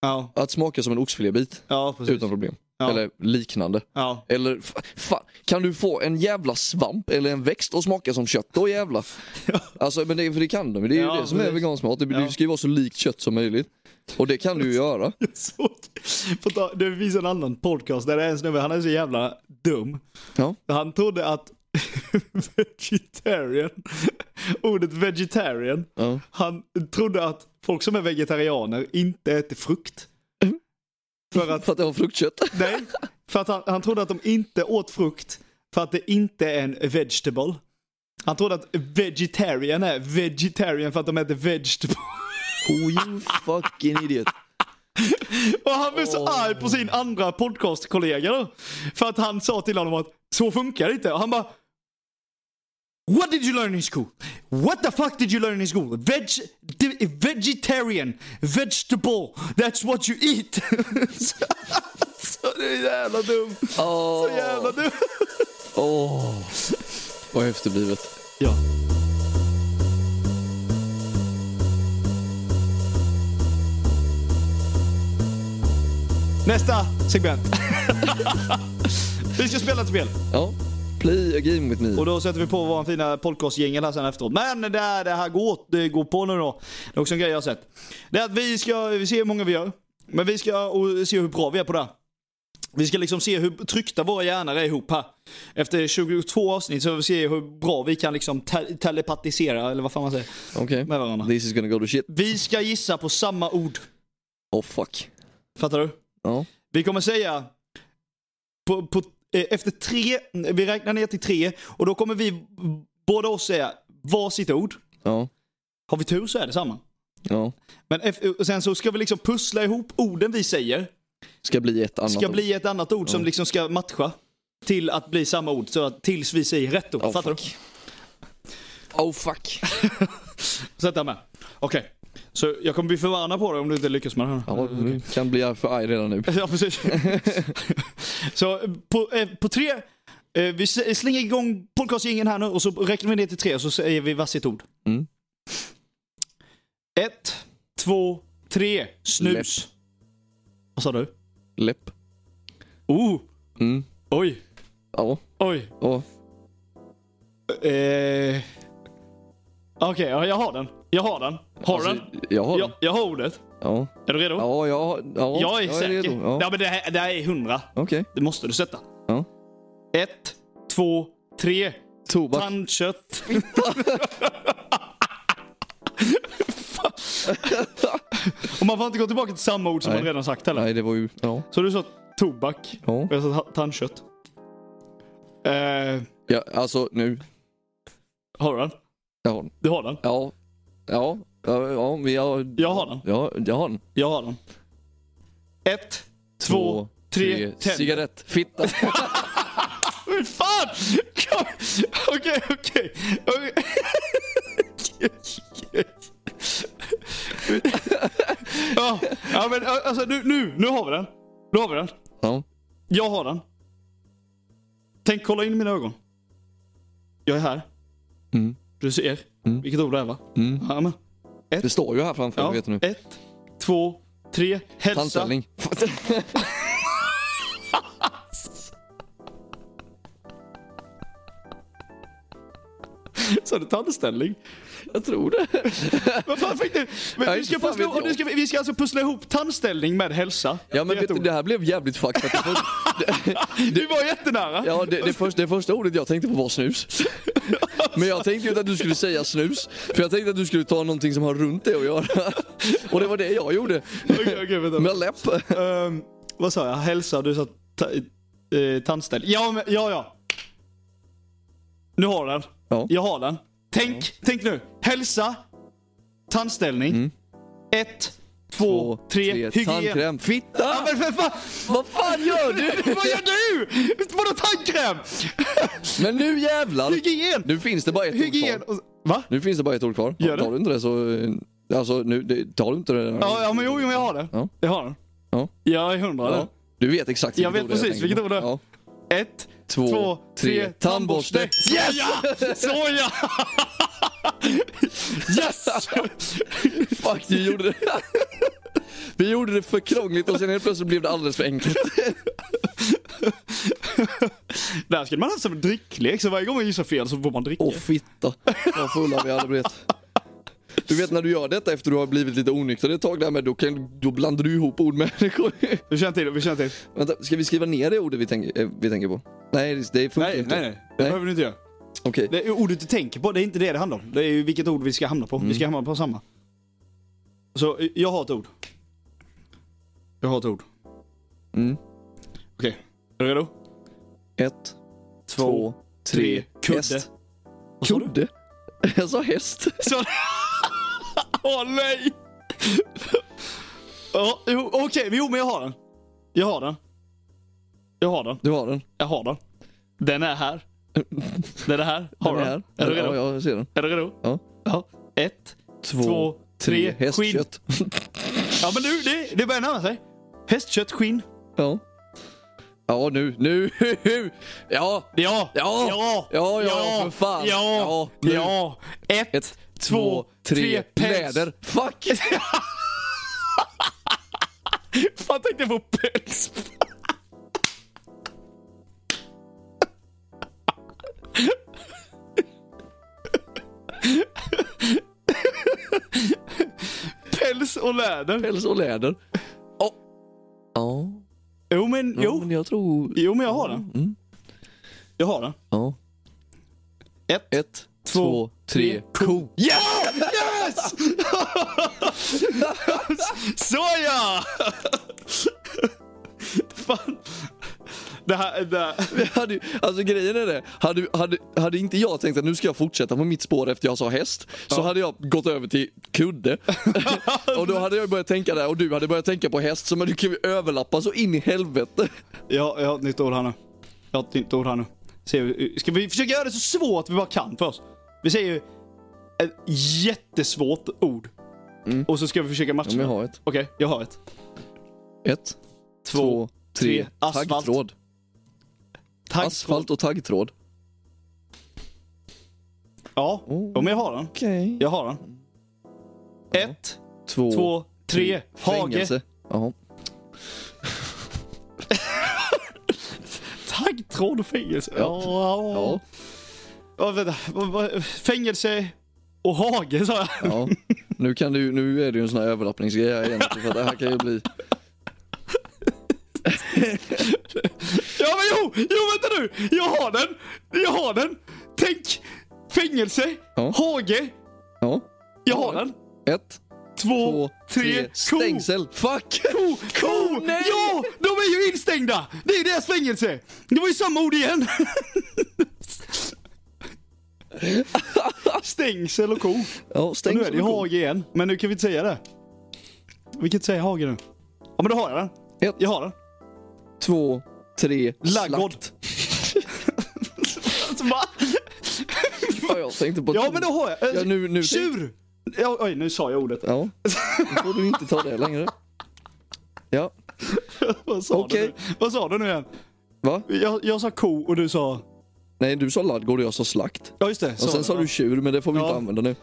[SPEAKER 3] Ja,
[SPEAKER 1] att smaka som en oxfilébit
[SPEAKER 3] ja, precis.
[SPEAKER 1] utan problem.
[SPEAKER 3] Ja.
[SPEAKER 1] Eller liknande.
[SPEAKER 3] Ja.
[SPEAKER 1] Eller fa- fan, kan du få en jävla svamp eller en växt att smaka som kött? Då jävlar. Alltså men det, för det kan de ju. det är ju
[SPEAKER 3] Ja,
[SPEAKER 1] det som är
[SPEAKER 3] precis.
[SPEAKER 1] vegansk mat. Det,
[SPEAKER 3] Ja.
[SPEAKER 1] det ska ju vara så likt kött som möjligt. Och det kan du ju göra.
[SPEAKER 3] såg, på ta, det finns en annan podcast där det är en snubbe, han är så jävla dum.
[SPEAKER 1] Ja.
[SPEAKER 3] Han trodde att vegetarian, ordet vegetarian,
[SPEAKER 1] Ja.
[SPEAKER 3] han trodde att folk som är vegetarianer inte äter frukt. För att,
[SPEAKER 1] För att det har fruktkött.
[SPEAKER 3] nej, för att han, han trodde att de inte åt frukt för att det inte är en vegetable. Han trodde att vegetarian är vegetarian för att de äter vegetable.
[SPEAKER 1] Oh you fucking idiot.
[SPEAKER 3] Och han blev så arg på sin andra podcastkollega då. För att han sa till honom att så funkar det inte. Och han bara What did you learn in school? What the fuck did you learn in school? Veg, di- vegetarian, vegetable, that's what you eat. så, så det är jävla dumt.
[SPEAKER 1] Åh,
[SPEAKER 3] Så jävla dumt.
[SPEAKER 1] åh. Vad efterblivet.
[SPEAKER 3] Ja. Nästa segment. vi ska spela ett spel.
[SPEAKER 1] Ja. Play a game with me.
[SPEAKER 3] Och då sätter vi på vår fina podcastjingel här sen efteråt. Men det, här- det här går, det går på nu då. Det är också en grej jag har sett. Det är att vi ska, vi ser hur många vi gör. Men vi ska och se hur bra vi är på det här. Vi ska liksom se hur tryckta våra hjärnor är ihop här. Efter 22 avsnitt så får vi se hur bra vi kan liksom te- telepatisera, eller vad fan man säger,
[SPEAKER 1] Okej.
[SPEAKER 3] med varandra.
[SPEAKER 1] This is gonna go to shit.
[SPEAKER 3] Vi ska gissa på samma ord.
[SPEAKER 1] Oh fuck.
[SPEAKER 3] Fattar du?
[SPEAKER 1] Ja.
[SPEAKER 3] Vi kommer säga på, på, eh, efter tre, vi räknar ner till tre och då kommer vi båda oss säga varsitt ord.
[SPEAKER 1] Ja.
[SPEAKER 3] Har vi tur så är det samma.
[SPEAKER 1] Ja.
[SPEAKER 3] Men eff- och sen så ska vi liksom pussla ihop orden vi säger.
[SPEAKER 1] Ska bli ett annat
[SPEAKER 3] Ska
[SPEAKER 1] ord. Mm.
[SPEAKER 3] bli ett annat ord som liksom ska matcha till att bli samma ord. Så att, tills vi säger rätt ord.
[SPEAKER 1] Oh,
[SPEAKER 3] Fattar
[SPEAKER 1] fuck. Oh fuck.
[SPEAKER 3] du? Sätt där med. Okej. Så jag kommer bli förbannad på dig om du inte lyckas med det här.
[SPEAKER 1] Ja, nu kan bli för arg redan nu.
[SPEAKER 3] Ja, precis. så på, eh, på tre, eh, vi s- slänger igång podcastgängen här nu och så räknar vi ner till tre och så säger vi varsitt ord.
[SPEAKER 1] Mm.
[SPEAKER 3] Ett, två, tre, snus. Vad sa du?
[SPEAKER 1] Läpp.
[SPEAKER 3] Oh,
[SPEAKER 1] Mm.
[SPEAKER 3] oj,
[SPEAKER 1] Ja.
[SPEAKER 3] oj.
[SPEAKER 1] Ja.
[SPEAKER 3] Eh, Okej, ja, jag har den. Jag har den. Har du den?
[SPEAKER 1] Jag Alltså, har
[SPEAKER 3] Jag,
[SPEAKER 1] den.
[SPEAKER 3] jag har ordet.
[SPEAKER 1] Ja.
[SPEAKER 3] Är du redo?
[SPEAKER 1] Ja, jag har... Ja,
[SPEAKER 3] jag är säker.
[SPEAKER 1] redo.
[SPEAKER 3] Ja.
[SPEAKER 1] Ja.
[SPEAKER 3] men det här, det här är hundra.
[SPEAKER 1] Okej.
[SPEAKER 3] Det måste du sätta.
[SPEAKER 1] Ja.
[SPEAKER 3] Ett, två, tre.
[SPEAKER 1] Tobak.
[SPEAKER 3] Tandkött. Fan. Och man får inte gå tillbaka till samma ord som
[SPEAKER 1] Nej.
[SPEAKER 3] man redan sagt heller.
[SPEAKER 1] Nej, det var ju... Ja.
[SPEAKER 3] Så du sa tobak
[SPEAKER 1] ja.
[SPEAKER 3] och jag sa ta- tandkött. Eh,
[SPEAKER 1] ja alltså, nu.
[SPEAKER 3] har du den?
[SPEAKER 1] Jag har den.
[SPEAKER 3] Du har den?
[SPEAKER 1] Ja. Ja. Ja, ja vi har...
[SPEAKER 3] Jag har den.
[SPEAKER 1] Ja, jag har den.
[SPEAKER 3] Jag har den. Ett, två, tre, tänder.
[SPEAKER 1] Cigarett. Fitta.
[SPEAKER 3] Fy fan! Kom- Okej, okej. Okej. Ja, ja, men alltså nu, nu, nu har vi den. Nu har vi den.
[SPEAKER 1] Ja.
[SPEAKER 3] Jag har den. Tänk, kolla in i mina ögon. Jag är här.
[SPEAKER 1] Mm.
[SPEAKER 3] Du ser.
[SPEAKER 1] Mm.
[SPEAKER 3] Vilket ord det är va?
[SPEAKER 1] Mm.
[SPEAKER 3] Ja, men.
[SPEAKER 1] Det står ju här framför,
[SPEAKER 3] Ja.
[SPEAKER 1] jag vet nu.
[SPEAKER 3] Ett, två, tre. Hälsa.
[SPEAKER 1] Tandställning.
[SPEAKER 3] missade tandställning.
[SPEAKER 1] Jag tror det.
[SPEAKER 3] Vad fan fick du? Men
[SPEAKER 1] Nej,
[SPEAKER 3] du ska
[SPEAKER 1] fan
[SPEAKER 3] pussla,
[SPEAKER 1] vet
[SPEAKER 3] och du ska, vi ska alltså pussla ihop tandställning med hälsa.
[SPEAKER 1] Ja men
[SPEAKER 3] Det är
[SPEAKER 1] vet du,
[SPEAKER 3] ett
[SPEAKER 1] det här blev jävligt fucked. för att Det, första- det,
[SPEAKER 3] Vi var jättenära.
[SPEAKER 1] ja, det, det, första, det första ordet jag tänkte på var snus. Men jag tänkte ju inte att du skulle säga snus. För jag tänkte att du skulle ta någonting som har runt det att göra. Och det var det jag gjorde.
[SPEAKER 3] Okej, okej, vänta.
[SPEAKER 1] Med läpp.
[SPEAKER 3] Ehm, vad sa jag? Hälsa, du sa ta, eh, tandställning. Ja, men, ja, ja. Nu har den.
[SPEAKER 1] Ja.
[SPEAKER 3] Jag har den. Tänk, tänk nu. Hälsa, tandställning.
[SPEAKER 1] Mm.
[SPEAKER 3] Ett, två, tre, hygien.
[SPEAKER 1] Tandkräm.
[SPEAKER 3] Ja,
[SPEAKER 1] Fitta!
[SPEAKER 3] men för fan,
[SPEAKER 1] Vad fan gör du?
[SPEAKER 3] vad gör du? Vadå tandkräm?
[SPEAKER 1] Men nu jävlar!
[SPEAKER 3] Hygien!
[SPEAKER 1] Nu finns det bara ett ord
[SPEAKER 3] Hygien!
[SPEAKER 1] kvar.
[SPEAKER 3] och- Va?
[SPEAKER 1] Nu finns det bara ett ord kvar.
[SPEAKER 3] Gör det.
[SPEAKER 1] tar du inte det så... eh, Alltså nu, det, tar du inte det?
[SPEAKER 3] Ja, ja men jo, jo, jag har det.
[SPEAKER 1] Ja.
[SPEAKER 3] Jag har den.
[SPEAKER 1] Ja.
[SPEAKER 3] Jag är hundra.
[SPEAKER 1] Ja.
[SPEAKER 3] Ja.
[SPEAKER 1] Du vet exakt
[SPEAKER 3] Jag
[SPEAKER 1] vilket
[SPEAKER 3] vet precis
[SPEAKER 1] tänker
[SPEAKER 3] vilket
[SPEAKER 1] på.
[SPEAKER 3] ord det är.
[SPEAKER 1] Ja.
[SPEAKER 3] Ett,
[SPEAKER 1] Två,
[SPEAKER 3] två, tre,
[SPEAKER 1] tandborste.
[SPEAKER 3] Yes! Ja! Så ja! Yes!
[SPEAKER 1] Fuck, vi gjorde det. Vi gjorde det för krångligt och sen helt plötsligt blev det alldeles för enkelt.
[SPEAKER 3] Det här skulle man haft som en dricklek, så varje gång man gissar fel så får man dricka.
[SPEAKER 1] Åh fitta, vad fulla vi hade blivit. Du vet när du gör detta efter du har blivit lite onykter ett tag där med, då, kan, då blandar du ihop ord med människor.
[SPEAKER 3] Vi känner till, vi känner till.
[SPEAKER 1] Vänta, ska vi skriva ner det ordet vi tänker, eh, vi tänker på? Nej, det- det funkar
[SPEAKER 3] Nej,
[SPEAKER 1] inte.
[SPEAKER 3] nej, nej. Det behöver du inte göra.
[SPEAKER 1] Okej,
[SPEAKER 3] Det är ordet du tänker på, det är inte det det handlar om. Det är ju vilket ord vi ska hamna på. Vi ska
[SPEAKER 1] Mm.
[SPEAKER 3] hamna på samma. Så, eh, jag har ett ord. Jag har ett ord.
[SPEAKER 1] Mm.
[SPEAKER 3] Okej, är du redo?
[SPEAKER 1] ett, två, tre,
[SPEAKER 3] kudde.
[SPEAKER 1] häst.
[SPEAKER 3] Vad sa du?
[SPEAKER 1] Kudde? Jag sa häst.
[SPEAKER 3] Så... Åh nej! Ja, jo, Okej, men jo men jag har den. Jag har den. Jag har den.
[SPEAKER 1] Du har den.
[SPEAKER 3] Jag har den. Den är här. Den är här. Har
[SPEAKER 1] Den
[SPEAKER 3] den.
[SPEAKER 1] är här.
[SPEAKER 3] Är du
[SPEAKER 1] Ja,
[SPEAKER 3] redo?
[SPEAKER 1] jag ser den.
[SPEAKER 3] Är du redo?
[SPEAKER 1] Ja.
[SPEAKER 3] ja. Ett,
[SPEAKER 1] Två,
[SPEAKER 3] två,
[SPEAKER 1] tre,
[SPEAKER 3] tre, skinn.
[SPEAKER 1] hästkött.
[SPEAKER 3] Ja men nu, det, det börjar närma sig. Hästkött, skinn.
[SPEAKER 1] Ja. Ja, nu, nu, ja.
[SPEAKER 3] Ja!
[SPEAKER 1] Ja.
[SPEAKER 3] Ja!
[SPEAKER 1] Ja, ja, för fan.
[SPEAKER 3] Ja!
[SPEAKER 1] Ja,
[SPEAKER 3] Ja!
[SPEAKER 1] nu.
[SPEAKER 3] Ett,
[SPEAKER 1] Ett, två, tre, pläder. Fuck!
[SPEAKER 3] Fan tänkte jag på päls. Päls och läder.
[SPEAKER 1] Päls och läder. Ja. Ja.
[SPEAKER 3] Jo men,
[SPEAKER 1] Jo.
[SPEAKER 3] jo.
[SPEAKER 1] Men jag tror...
[SPEAKER 3] Jo men jag har den.
[SPEAKER 1] Mm.
[SPEAKER 3] Jag har den.
[SPEAKER 1] Ja.
[SPEAKER 3] Ett,
[SPEAKER 1] Ett, två, tre, ko.
[SPEAKER 3] Yes! Såja! Fan. Det här, det här.
[SPEAKER 1] Vi hade, ju- alltså grejen är det, hade, hade, hade inte jag tänkt att nu ska jag fortsätta på mitt spår efter jag sa häst, så hade jag gått över till kudde. och då hade jag börjat tänka där och du hade börjat tänka på häst, så men du kan ju överlappa så in i helvete.
[SPEAKER 3] Jag, jag har ett nytt ord här nu. Jag har ett nytt ord här nu. Ser vi, ska vi försöka göra det så svårt vi bara kan för oss? Vi säger ju ett jättesvårt ord. Och så ska vi försöka matcha.
[SPEAKER 1] Om Mm. jag
[SPEAKER 3] det.
[SPEAKER 1] har ett.
[SPEAKER 3] Okej, jag har ett.
[SPEAKER 1] Ett, två, tre,
[SPEAKER 3] tre, asfalt.
[SPEAKER 1] taggtråd.
[SPEAKER 3] Tack.
[SPEAKER 1] Asfalt och taggtråd.
[SPEAKER 3] Ja,
[SPEAKER 1] Oh.
[SPEAKER 3] ja, men jag har den.
[SPEAKER 1] Okej.
[SPEAKER 3] Jag har den. Ett,
[SPEAKER 1] Två,
[SPEAKER 3] två, tre, hage.
[SPEAKER 1] fängelse. Jaha.
[SPEAKER 3] Taggtråd och fängelse.
[SPEAKER 1] Ja. Ja,
[SPEAKER 3] Ja, vänta. Vad- vad- Fängelse och hage sa jag.
[SPEAKER 1] ja. Nu, kan du, nu är det ju en sån här överlappningsgrej här igen, för att det här kan ju bli...
[SPEAKER 3] Ja men jo! Jo vänta nu! Jag har den! Jag har den! Tänk! Fängelse,
[SPEAKER 1] Ja.
[SPEAKER 3] hage,
[SPEAKER 1] Ja.
[SPEAKER 3] jag har den.
[SPEAKER 1] Ett,
[SPEAKER 3] Två,
[SPEAKER 1] två,
[SPEAKER 3] tre,
[SPEAKER 1] tre,
[SPEAKER 3] ko.
[SPEAKER 1] stängsel. Fuck!
[SPEAKER 3] Ko! Ko!
[SPEAKER 1] nej!
[SPEAKER 3] Ja! De är ju instängda! Det är deras fängelse! Det var ju samma ord igen! Stängsel och ko.
[SPEAKER 1] Ja,
[SPEAKER 3] Och
[SPEAKER 1] stängsel.
[SPEAKER 3] nu är det ju
[SPEAKER 1] och ko.
[SPEAKER 3] hage igen. Men nu kan vi inte säga det. Vi kan inte säga hage nu. Ja men då har jag den.
[SPEAKER 1] Ett.
[SPEAKER 3] Jag har den.
[SPEAKER 1] två, tre,
[SPEAKER 3] Laggård.
[SPEAKER 1] slakt.
[SPEAKER 3] Alltså, va?
[SPEAKER 1] Ja, jag tänkte på
[SPEAKER 3] Ja men då har jag.
[SPEAKER 1] Ja, nu, nu
[SPEAKER 3] Tjur! Ja, oj, nu sa jag ordet.
[SPEAKER 1] Ja, då får du inte ta det längre. Ja,
[SPEAKER 3] Vad sa,
[SPEAKER 1] Okej.
[SPEAKER 3] du nu? Vad sa du nu igen?
[SPEAKER 1] va?
[SPEAKER 3] Jag, jag sa ko och du sa...
[SPEAKER 1] Nej, du sa laddgård och jag sa slakt.
[SPEAKER 3] Ja just det.
[SPEAKER 1] Och sen sa du tjur, men det får vi
[SPEAKER 3] Ja.
[SPEAKER 1] inte använda nu.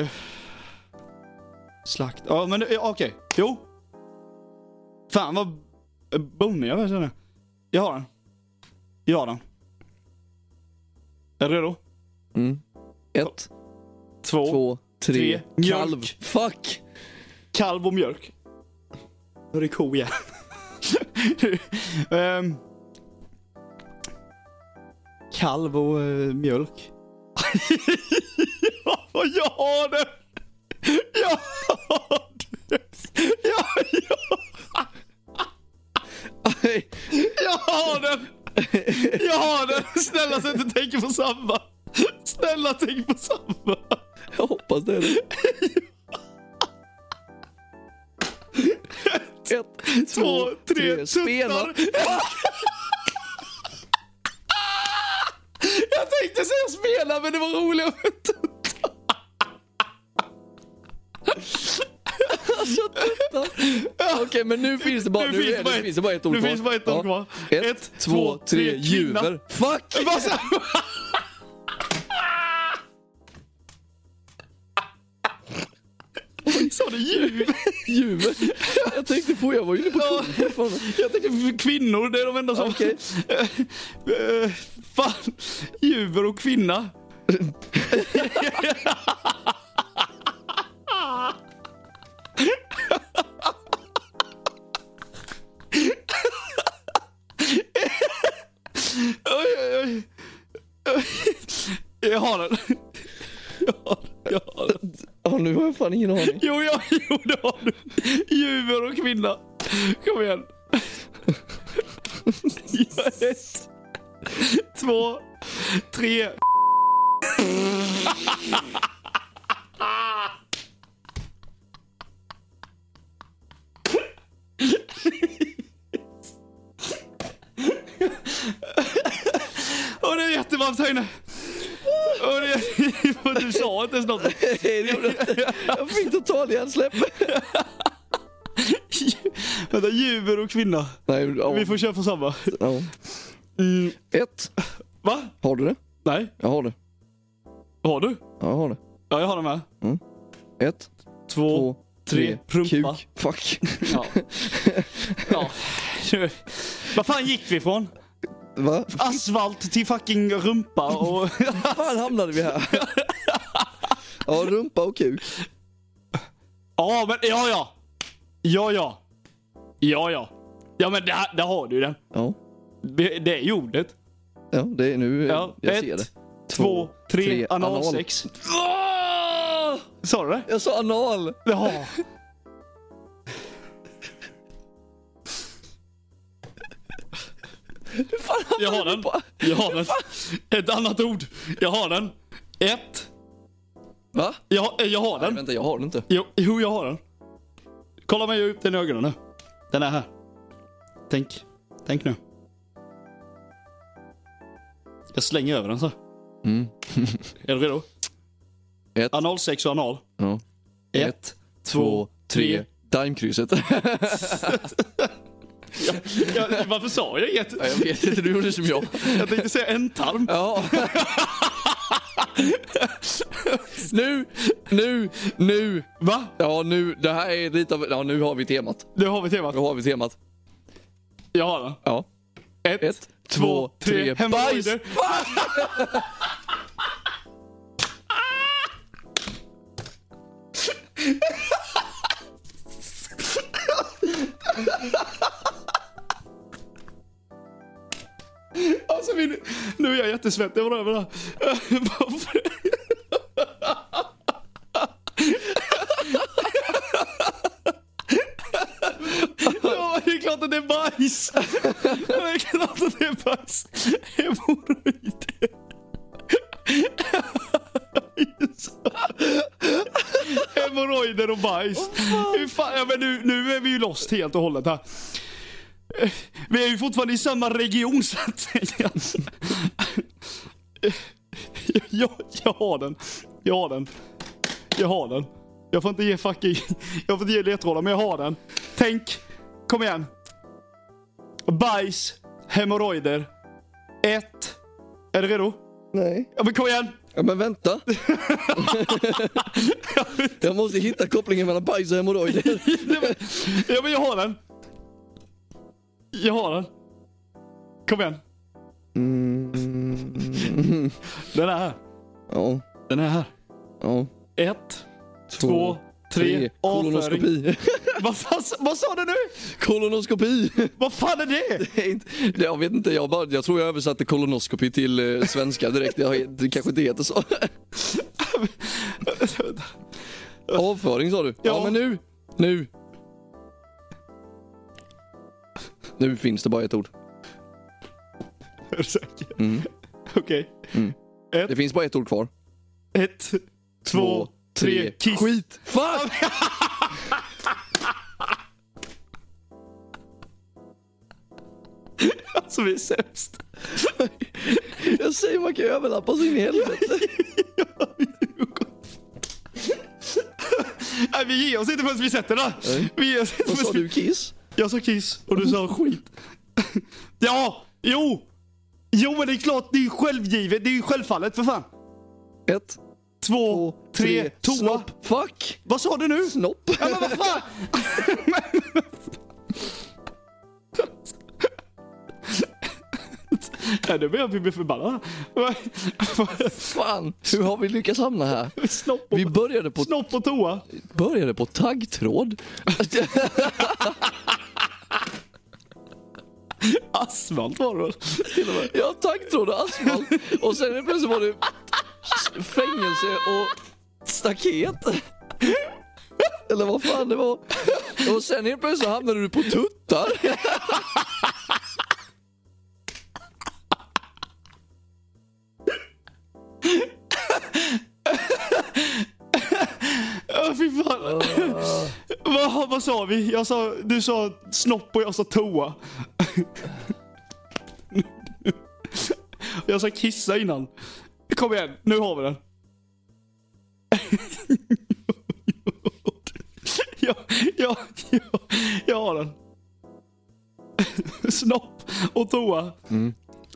[SPEAKER 3] Eh, slakt. Ja men ja, okej. Jo. Fan vad bonig jag känner. Jag har den. Jag har den. Är du redo?
[SPEAKER 1] Mm. Ett,
[SPEAKER 3] Två.
[SPEAKER 1] två, tre.
[SPEAKER 3] tre. Mjölk.
[SPEAKER 1] Kalv. Fuck!
[SPEAKER 3] Kalv och mjölk. Nu är det ko igen. Ehm. kalv och eh, mjölk. ja, jag har det! Jag har det! Ja, ja, jag har den! Jag har den! Snälla så inte tänker på samma. Snälla tänk på samma.
[SPEAKER 1] Jag hoppas det är det. Ett,
[SPEAKER 3] Två, tre, tuttar.
[SPEAKER 1] Spenar.
[SPEAKER 3] Jag tänkte säga spela men det var roligare med tuttar.
[SPEAKER 1] Okej, men nu finns det bara, nu är- nu finns det bara ett ord
[SPEAKER 3] Nu finns bara ett ord kvar.
[SPEAKER 1] Ja. Ett, två, tre,
[SPEAKER 3] kvinna.
[SPEAKER 1] djur. Fuck!
[SPEAKER 3] Vad sa- Sa du djur?
[SPEAKER 1] Djur. Jag tänkte på, jag var inne på kod fortfarande.
[SPEAKER 3] Jag tänker kvinnor, det är de enda som...
[SPEAKER 1] Okej.
[SPEAKER 3] Eh, Fan, djur och kvinna. Oj, oj, oj. Jag har den. Jag har den. Jag har den.
[SPEAKER 1] Ja, nu har jag fan ingen aning.
[SPEAKER 3] Jo, jag, jo, det har du. Djur och kvinna. Kom igen. Ett, två, tre. Åh, det är jättevarmt här inne. Åh, det är... Du sa inte ens något.
[SPEAKER 1] Nej, det gjorde jag inte. Jag fick total hjärnsläpp.
[SPEAKER 3] Vänta, djur och kvinna.
[SPEAKER 1] Nej, ja. Mm.
[SPEAKER 3] Vi får köra på samma.
[SPEAKER 1] ja. Ett.
[SPEAKER 3] Va?
[SPEAKER 1] Har du det?
[SPEAKER 3] Nej.
[SPEAKER 1] Jag har det.
[SPEAKER 3] Har du?
[SPEAKER 1] Ja, Jag har det.
[SPEAKER 3] Ja, jag har den med.
[SPEAKER 1] Ett,
[SPEAKER 3] Två.
[SPEAKER 1] två, tre,
[SPEAKER 3] Rumpa.
[SPEAKER 1] kuk. Fuck.
[SPEAKER 3] Ja. ja. Nu. Vad fan gick vi ifrån?
[SPEAKER 1] Va?
[SPEAKER 3] Asfalt till fucking rumpa och...
[SPEAKER 1] fan hamnade vi här? Ja, rumpa och kuk.
[SPEAKER 3] Ja, men ja, ja. Ja, ja. Ja, ja. Ja, men där, där har du den.
[SPEAKER 1] Ja,
[SPEAKER 3] Det det är ordet.
[SPEAKER 1] ja det är nu
[SPEAKER 3] Ja,
[SPEAKER 1] jag
[SPEAKER 3] ett,
[SPEAKER 1] ser det.
[SPEAKER 3] Två, tre,
[SPEAKER 1] tre,
[SPEAKER 3] analsex. Åh! Sa du det?
[SPEAKER 1] Jag sa anal!
[SPEAKER 3] Ja. Jag har den. Jag har den. Ett annat ord. Jag har den. Ett.
[SPEAKER 1] Va?
[SPEAKER 3] Jag, jag har
[SPEAKER 1] Nej,
[SPEAKER 3] den.
[SPEAKER 1] vänta, jag har den inte.
[SPEAKER 3] Jo, jo, jag har den. Kolla mig djupt in i ögonen nu. Den är här. Tänk. Tänk nu. Jag slänger över den så.
[SPEAKER 1] Mm.
[SPEAKER 3] Är du redo?
[SPEAKER 1] Ett.
[SPEAKER 3] Analsex och anal.
[SPEAKER 1] Ja.
[SPEAKER 3] Ett.
[SPEAKER 1] Två, tre. Daimkrysset.
[SPEAKER 3] Ja, varför sa jag inget?
[SPEAKER 1] jag vet inte, du gjorde som jag.
[SPEAKER 3] Jag tänkte säga en tarm.
[SPEAKER 1] Ja. nu, nu, nu.
[SPEAKER 3] Va?
[SPEAKER 1] Ja, nu, det här är lite av, ja nu har vi temat.
[SPEAKER 3] Nu har vi temat.
[SPEAKER 1] Nu har vi temat.
[SPEAKER 3] Jag har den.
[SPEAKER 1] Ja.
[SPEAKER 3] Ett,
[SPEAKER 1] Ett, två, tre. Bajs!
[SPEAKER 3] Hemorrojder. Alltså min... Nu är jag jättesvettig bara över det här. Varför? Ja, det är klart att det är bajs! Det är klart att det är bajs. Hemorrojder. Hemorrojder och bajs. Hur fan, ja, men nu, nu är vi ju lost helt och hållet här. Vi är ju fortfarande i samma region så att säga. Jag, jag har den. Jag har den. Jag har den. Jag får inte ge fucking... Jag får inte ge ledtrådar, men jag har den. Tänk. Kom igen. Bajs. Hemorrojder. Ett. Är du redo?
[SPEAKER 1] Nej.
[SPEAKER 3] Ja men kom igen.
[SPEAKER 1] Ja, men vänta. jag måste hitta kopplingen mellan bajs och hemorrojder.
[SPEAKER 3] Ja men jag har den. Jag har den.
[SPEAKER 1] Mm.
[SPEAKER 3] Kom igen. Den är här.
[SPEAKER 1] Ja.
[SPEAKER 3] Den är här.
[SPEAKER 1] Ja.
[SPEAKER 3] Ett, två,
[SPEAKER 1] Två,
[SPEAKER 3] tre. Avföring.
[SPEAKER 1] Kolonoskopi.
[SPEAKER 3] Vad, fan- vad sa du nu?
[SPEAKER 1] Kolonoskopi!
[SPEAKER 3] Vad fan är det?
[SPEAKER 1] Det är inte- det- Jag vet inte, jag, bara, jag tror jag översatte kolonoskopi till eh, svenska direkt. Jag, det kanske inte heter så. Avföring sa du? Ja.
[SPEAKER 3] Ja.
[SPEAKER 1] men nu, nu. Nu finns det bara ett ord.
[SPEAKER 3] Är du säker?
[SPEAKER 1] Mm.
[SPEAKER 3] Okej.
[SPEAKER 1] Det finns bara ett ord kvar.
[SPEAKER 3] Ett, två, tre. Kiss.
[SPEAKER 1] Skit! Fuck!
[SPEAKER 3] Alltså vi är sämst.
[SPEAKER 1] Jag säger man kan överlappa så in i helvete.
[SPEAKER 3] Nej, vi ger oss inte förrän vi sätter det. Vi ger oss inte
[SPEAKER 1] Vad sa
[SPEAKER 3] förrän
[SPEAKER 1] du?
[SPEAKER 3] vi...
[SPEAKER 1] Kiss?
[SPEAKER 3] Jag sa kiss och du sa skit. ja, jo. Jo men det är klart, det är ju självgivet. Det är ju självfallet för fan.
[SPEAKER 1] Ett,
[SPEAKER 3] Två,
[SPEAKER 1] två,
[SPEAKER 3] tre,
[SPEAKER 1] tre,
[SPEAKER 3] toa.
[SPEAKER 1] snopp. Fuck!
[SPEAKER 3] Vad sa du nu?
[SPEAKER 1] Snopp.
[SPEAKER 3] Ja, men vad fan! Nej, nu börjar vi bli förbannade.
[SPEAKER 1] Fan, hur har vi lyckats hamna här?
[SPEAKER 3] Snopp och,
[SPEAKER 1] Vi började på,
[SPEAKER 3] snopp och toa.
[SPEAKER 1] började på taggtråd.
[SPEAKER 3] Asfalt var det väl? Till och med.
[SPEAKER 1] Ja, taggtråd och asfalt. Och sen helt plötsligt var det fängelse och staket. Eller vad fan det var. Och sen helt plötsligt hamnade du på tuttar.
[SPEAKER 3] Åh, fy fan. vad, vad sa vi? Jag sa, du sa snopp och jag sa toa. jag sa kissa innan. Kom igen, nu har vi den. ja, ja, ja, jag har den. Snopp och toa. Mm.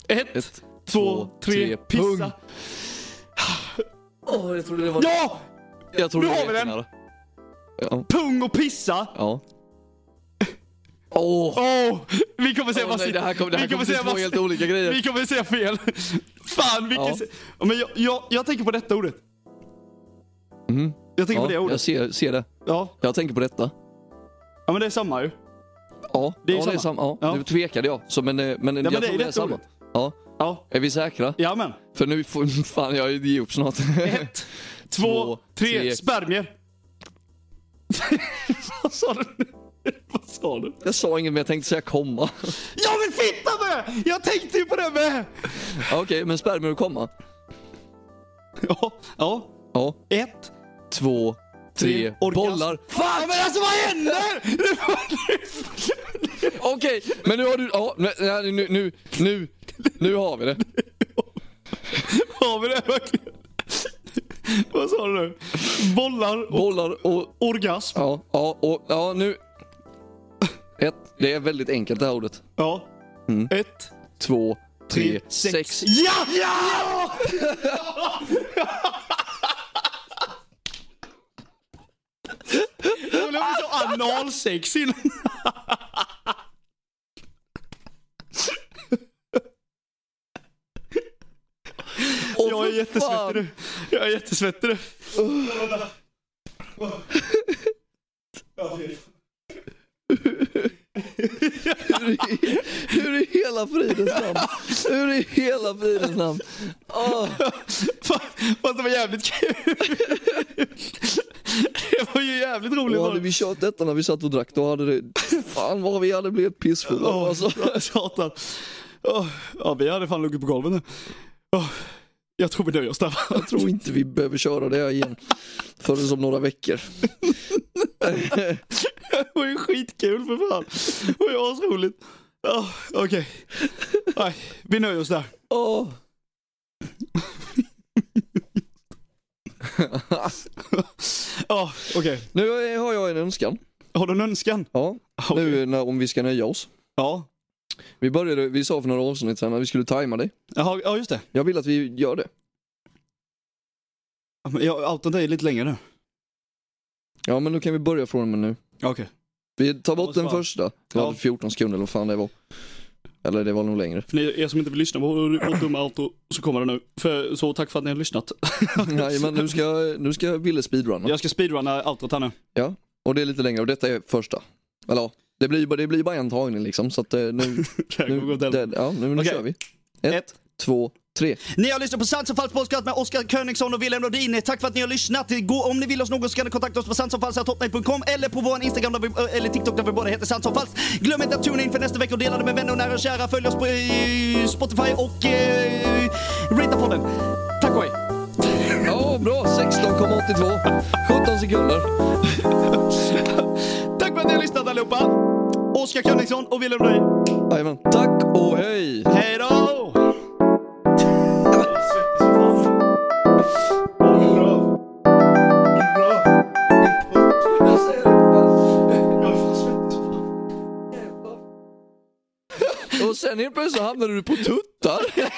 [SPEAKER 3] Ett, två, tre, pissa.
[SPEAKER 1] pung. Åh, jag trodde det var...
[SPEAKER 3] Ja!
[SPEAKER 1] Jag trodde
[SPEAKER 3] Nu
[SPEAKER 1] det
[SPEAKER 3] har vi
[SPEAKER 1] var
[SPEAKER 3] den.
[SPEAKER 1] jättenära. Ja.
[SPEAKER 3] Pung och pissa.
[SPEAKER 1] Ja. Åh!
[SPEAKER 3] Åh! Vi kommer se
[SPEAKER 1] Åh,
[SPEAKER 3] vad
[SPEAKER 1] nej, det här kommer, det
[SPEAKER 3] vi
[SPEAKER 1] här kommer bli
[SPEAKER 3] se
[SPEAKER 1] två
[SPEAKER 3] vad-
[SPEAKER 1] helt olika grejer.
[SPEAKER 3] Vi kommer se fel. Fan vilken...
[SPEAKER 1] Ja.
[SPEAKER 3] se- Men jag, jag, jag tänker på detta ordet. Jag tänker
[SPEAKER 1] Mhm. ja,
[SPEAKER 3] på det ordet.
[SPEAKER 1] jag ser, ser det.
[SPEAKER 3] Ja.
[SPEAKER 1] Jag tänker på detta.
[SPEAKER 3] ja, men det är samma ju.
[SPEAKER 1] Ja,
[SPEAKER 3] Det är
[SPEAKER 1] ja,
[SPEAKER 3] samma.
[SPEAKER 1] Ja,
[SPEAKER 3] Ja.
[SPEAKER 1] Nu tvekade jag, så, men, eh, men jag
[SPEAKER 3] men det är
[SPEAKER 1] tror det är
[SPEAKER 3] rätt
[SPEAKER 1] samma.
[SPEAKER 3] ordet.
[SPEAKER 1] Ja.
[SPEAKER 3] Ja.
[SPEAKER 1] Är vi säkra?
[SPEAKER 3] Jajamän.
[SPEAKER 1] För nu får fan jag ge upp snart.
[SPEAKER 3] Ett, två,
[SPEAKER 1] Två,
[SPEAKER 3] tre.
[SPEAKER 1] tre.
[SPEAKER 3] Spermier. vad sa du nu? Vad sa du?
[SPEAKER 1] jag sa inget men jag tänkte säga komma.
[SPEAKER 3] Ja men fitta med! Jag tänkte ju på det med!
[SPEAKER 1] Ja, Okej, men spermier och komma.
[SPEAKER 3] Ja. ja.
[SPEAKER 1] Ja.
[SPEAKER 3] Ett,
[SPEAKER 1] Två, tre,
[SPEAKER 3] orgasm.
[SPEAKER 1] bollar.
[SPEAKER 3] Fan! men alltså vad händer? Det var-
[SPEAKER 1] Okej, men nu har du... Ja, men- nej, nu, nu, nu, nu har vi det.
[SPEAKER 3] Har vi det verkligen? Vad sa du nu? Bollar och
[SPEAKER 1] Bollar och...
[SPEAKER 3] orgasm.
[SPEAKER 1] Ja, ja, och, ja nu... Ett, det är väldigt enkelt det här ordet.
[SPEAKER 3] Ja. Ett,
[SPEAKER 1] Två, tre,
[SPEAKER 3] tre,
[SPEAKER 1] sex.
[SPEAKER 3] sex. Ja! Ja! Jag blev så analsex innan.
[SPEAKER 1] Åh,
[SPEAKER 3] Jag är
[SPEAKER 1] för fan.
[SPEAKER 3] jättesvettig nu. Jag är jättesvettig nu.
[SPEAKER 1] Hur i, hur i hela fridens namn? Hur i hela fridens namn? Ah. Åh,
[SPEAKER 3] Fan, Fast det var jävligt kul. Det var ju jävligt roligt.
[SPEAKER 1] och
[SPEAKER 3] var det.
[SPEAKER 1] hade vi kört detta när vi satt och drack då hade det... Fan vad vi hade blivit pissfulla
[SPEAKER 3] Åh,
[SPEAKER 1] alltså.
[SPEAKER 3] satan. Åh, ja, vi hade fan legat på golvet nu. Åh, jag tror vi nöjer oss där. va?
[SPEAKER 1] Jag tror inte vi behöver köra det här igen förrän om några veckor.
[SPEAKER 3] Det var ju skitkul för fan. Det var ju asroligt. Åh, Okej. Nej, Vi nöjer oss där.
[SPEAKER 1] Åh.
[SPEAKER 3] Ja, Okej.
[SPEAKER 1] Nu har jag en önskan.
[SPEAKER 3] Har du en önskan?
[SPEAKER 1] Ja,
[SPEAKER 3] Okej.
[SPEAKER 1] nu när, om vi ska nöja oss.
[SPEAKER 3] Ja.
[SPEAKER 1] Vi började, vi sa för några avsnitt sedan att vi skulle tajma dig.
[SPEAKER 3] Jaha, ja, just det.
[SPEAKER 1] Jag vill att vi gör det.
[SPEAKER 3] Ja, men Jag har outat dig lite längre nu.
[SPEAKER 1] Ja men då kan vi börja från och med nu.
[SPEAKER 3] Ja, Okej.
[SPEAKER 1] Vi tar bort
[SPEAKER 3] måste
[SPEAKER 1] den
[SPEAKER 3] bara-
[SPEAKER 1] första. Det var
[SPEAKER 3] Ja.
[SPEAKER 1] 14 sekunder eller vad fan det var. Eller det var nog längre.
[SPEAKER 3] För ni, er som inte vill lyssna på vårt dumma outro så kommer det nu. För, så tack för att ni har lyssnat.
[SPEAKER 1] Nej, men nu ska, nu ska Ville speedrunna.
[SPEAKER 3] Jag ska speedrunna outrot här nu.
[SPEAKER 1] Ja, och det är lite längre och detta är första. Eller ja, det blir ju bara, det blir ju bara en tagning liksom så att eh, nu...
[SPEAKER 3] Det här
[SPEAKER 1] nu,
[SPEAKER 3] kommer gå åt helvete.
[SPEAKER 1] det, ja, nu, nu
[SPEAKER 3] Okej.
[SPEAKER 1] kör vi. Ett,
[SPEAKER 3] Ett.
[SPEAKER 1] två, tre.
[SPEAKER 3] Ni har lyssnat på Sans och Falskt podcast med Oskar Königsson och Wilhelm Nordin. Tack för att ni har lyssnat. Det går- Om ni vill oss något så kan ni kontakta oss på sansomfalskt.hotmail.com eller på vår Instagram där vi, eh, eller TikTok där vi båda heter Sans och Falskt. Glöm inte att tuna in för nästa vecka och dela det med vänner och nära och kära. Följ oss på eh, Spotify och eh, ratea podden. Tack och hej.
[SPEAKER 1] Ja, bra! 16,82. 17 sekunder.
[SPEAKER 3] Tack för att ni har lyssnat allihopa. Oskar Königsson och Wilhelm Nordin.
[SPEAKER 1] Jajamän. Tack och hej!
[SPEAKER 3] Hej då!
[SPEAKER 1] Och sen helt plötsligt så hamnade du på tuttar.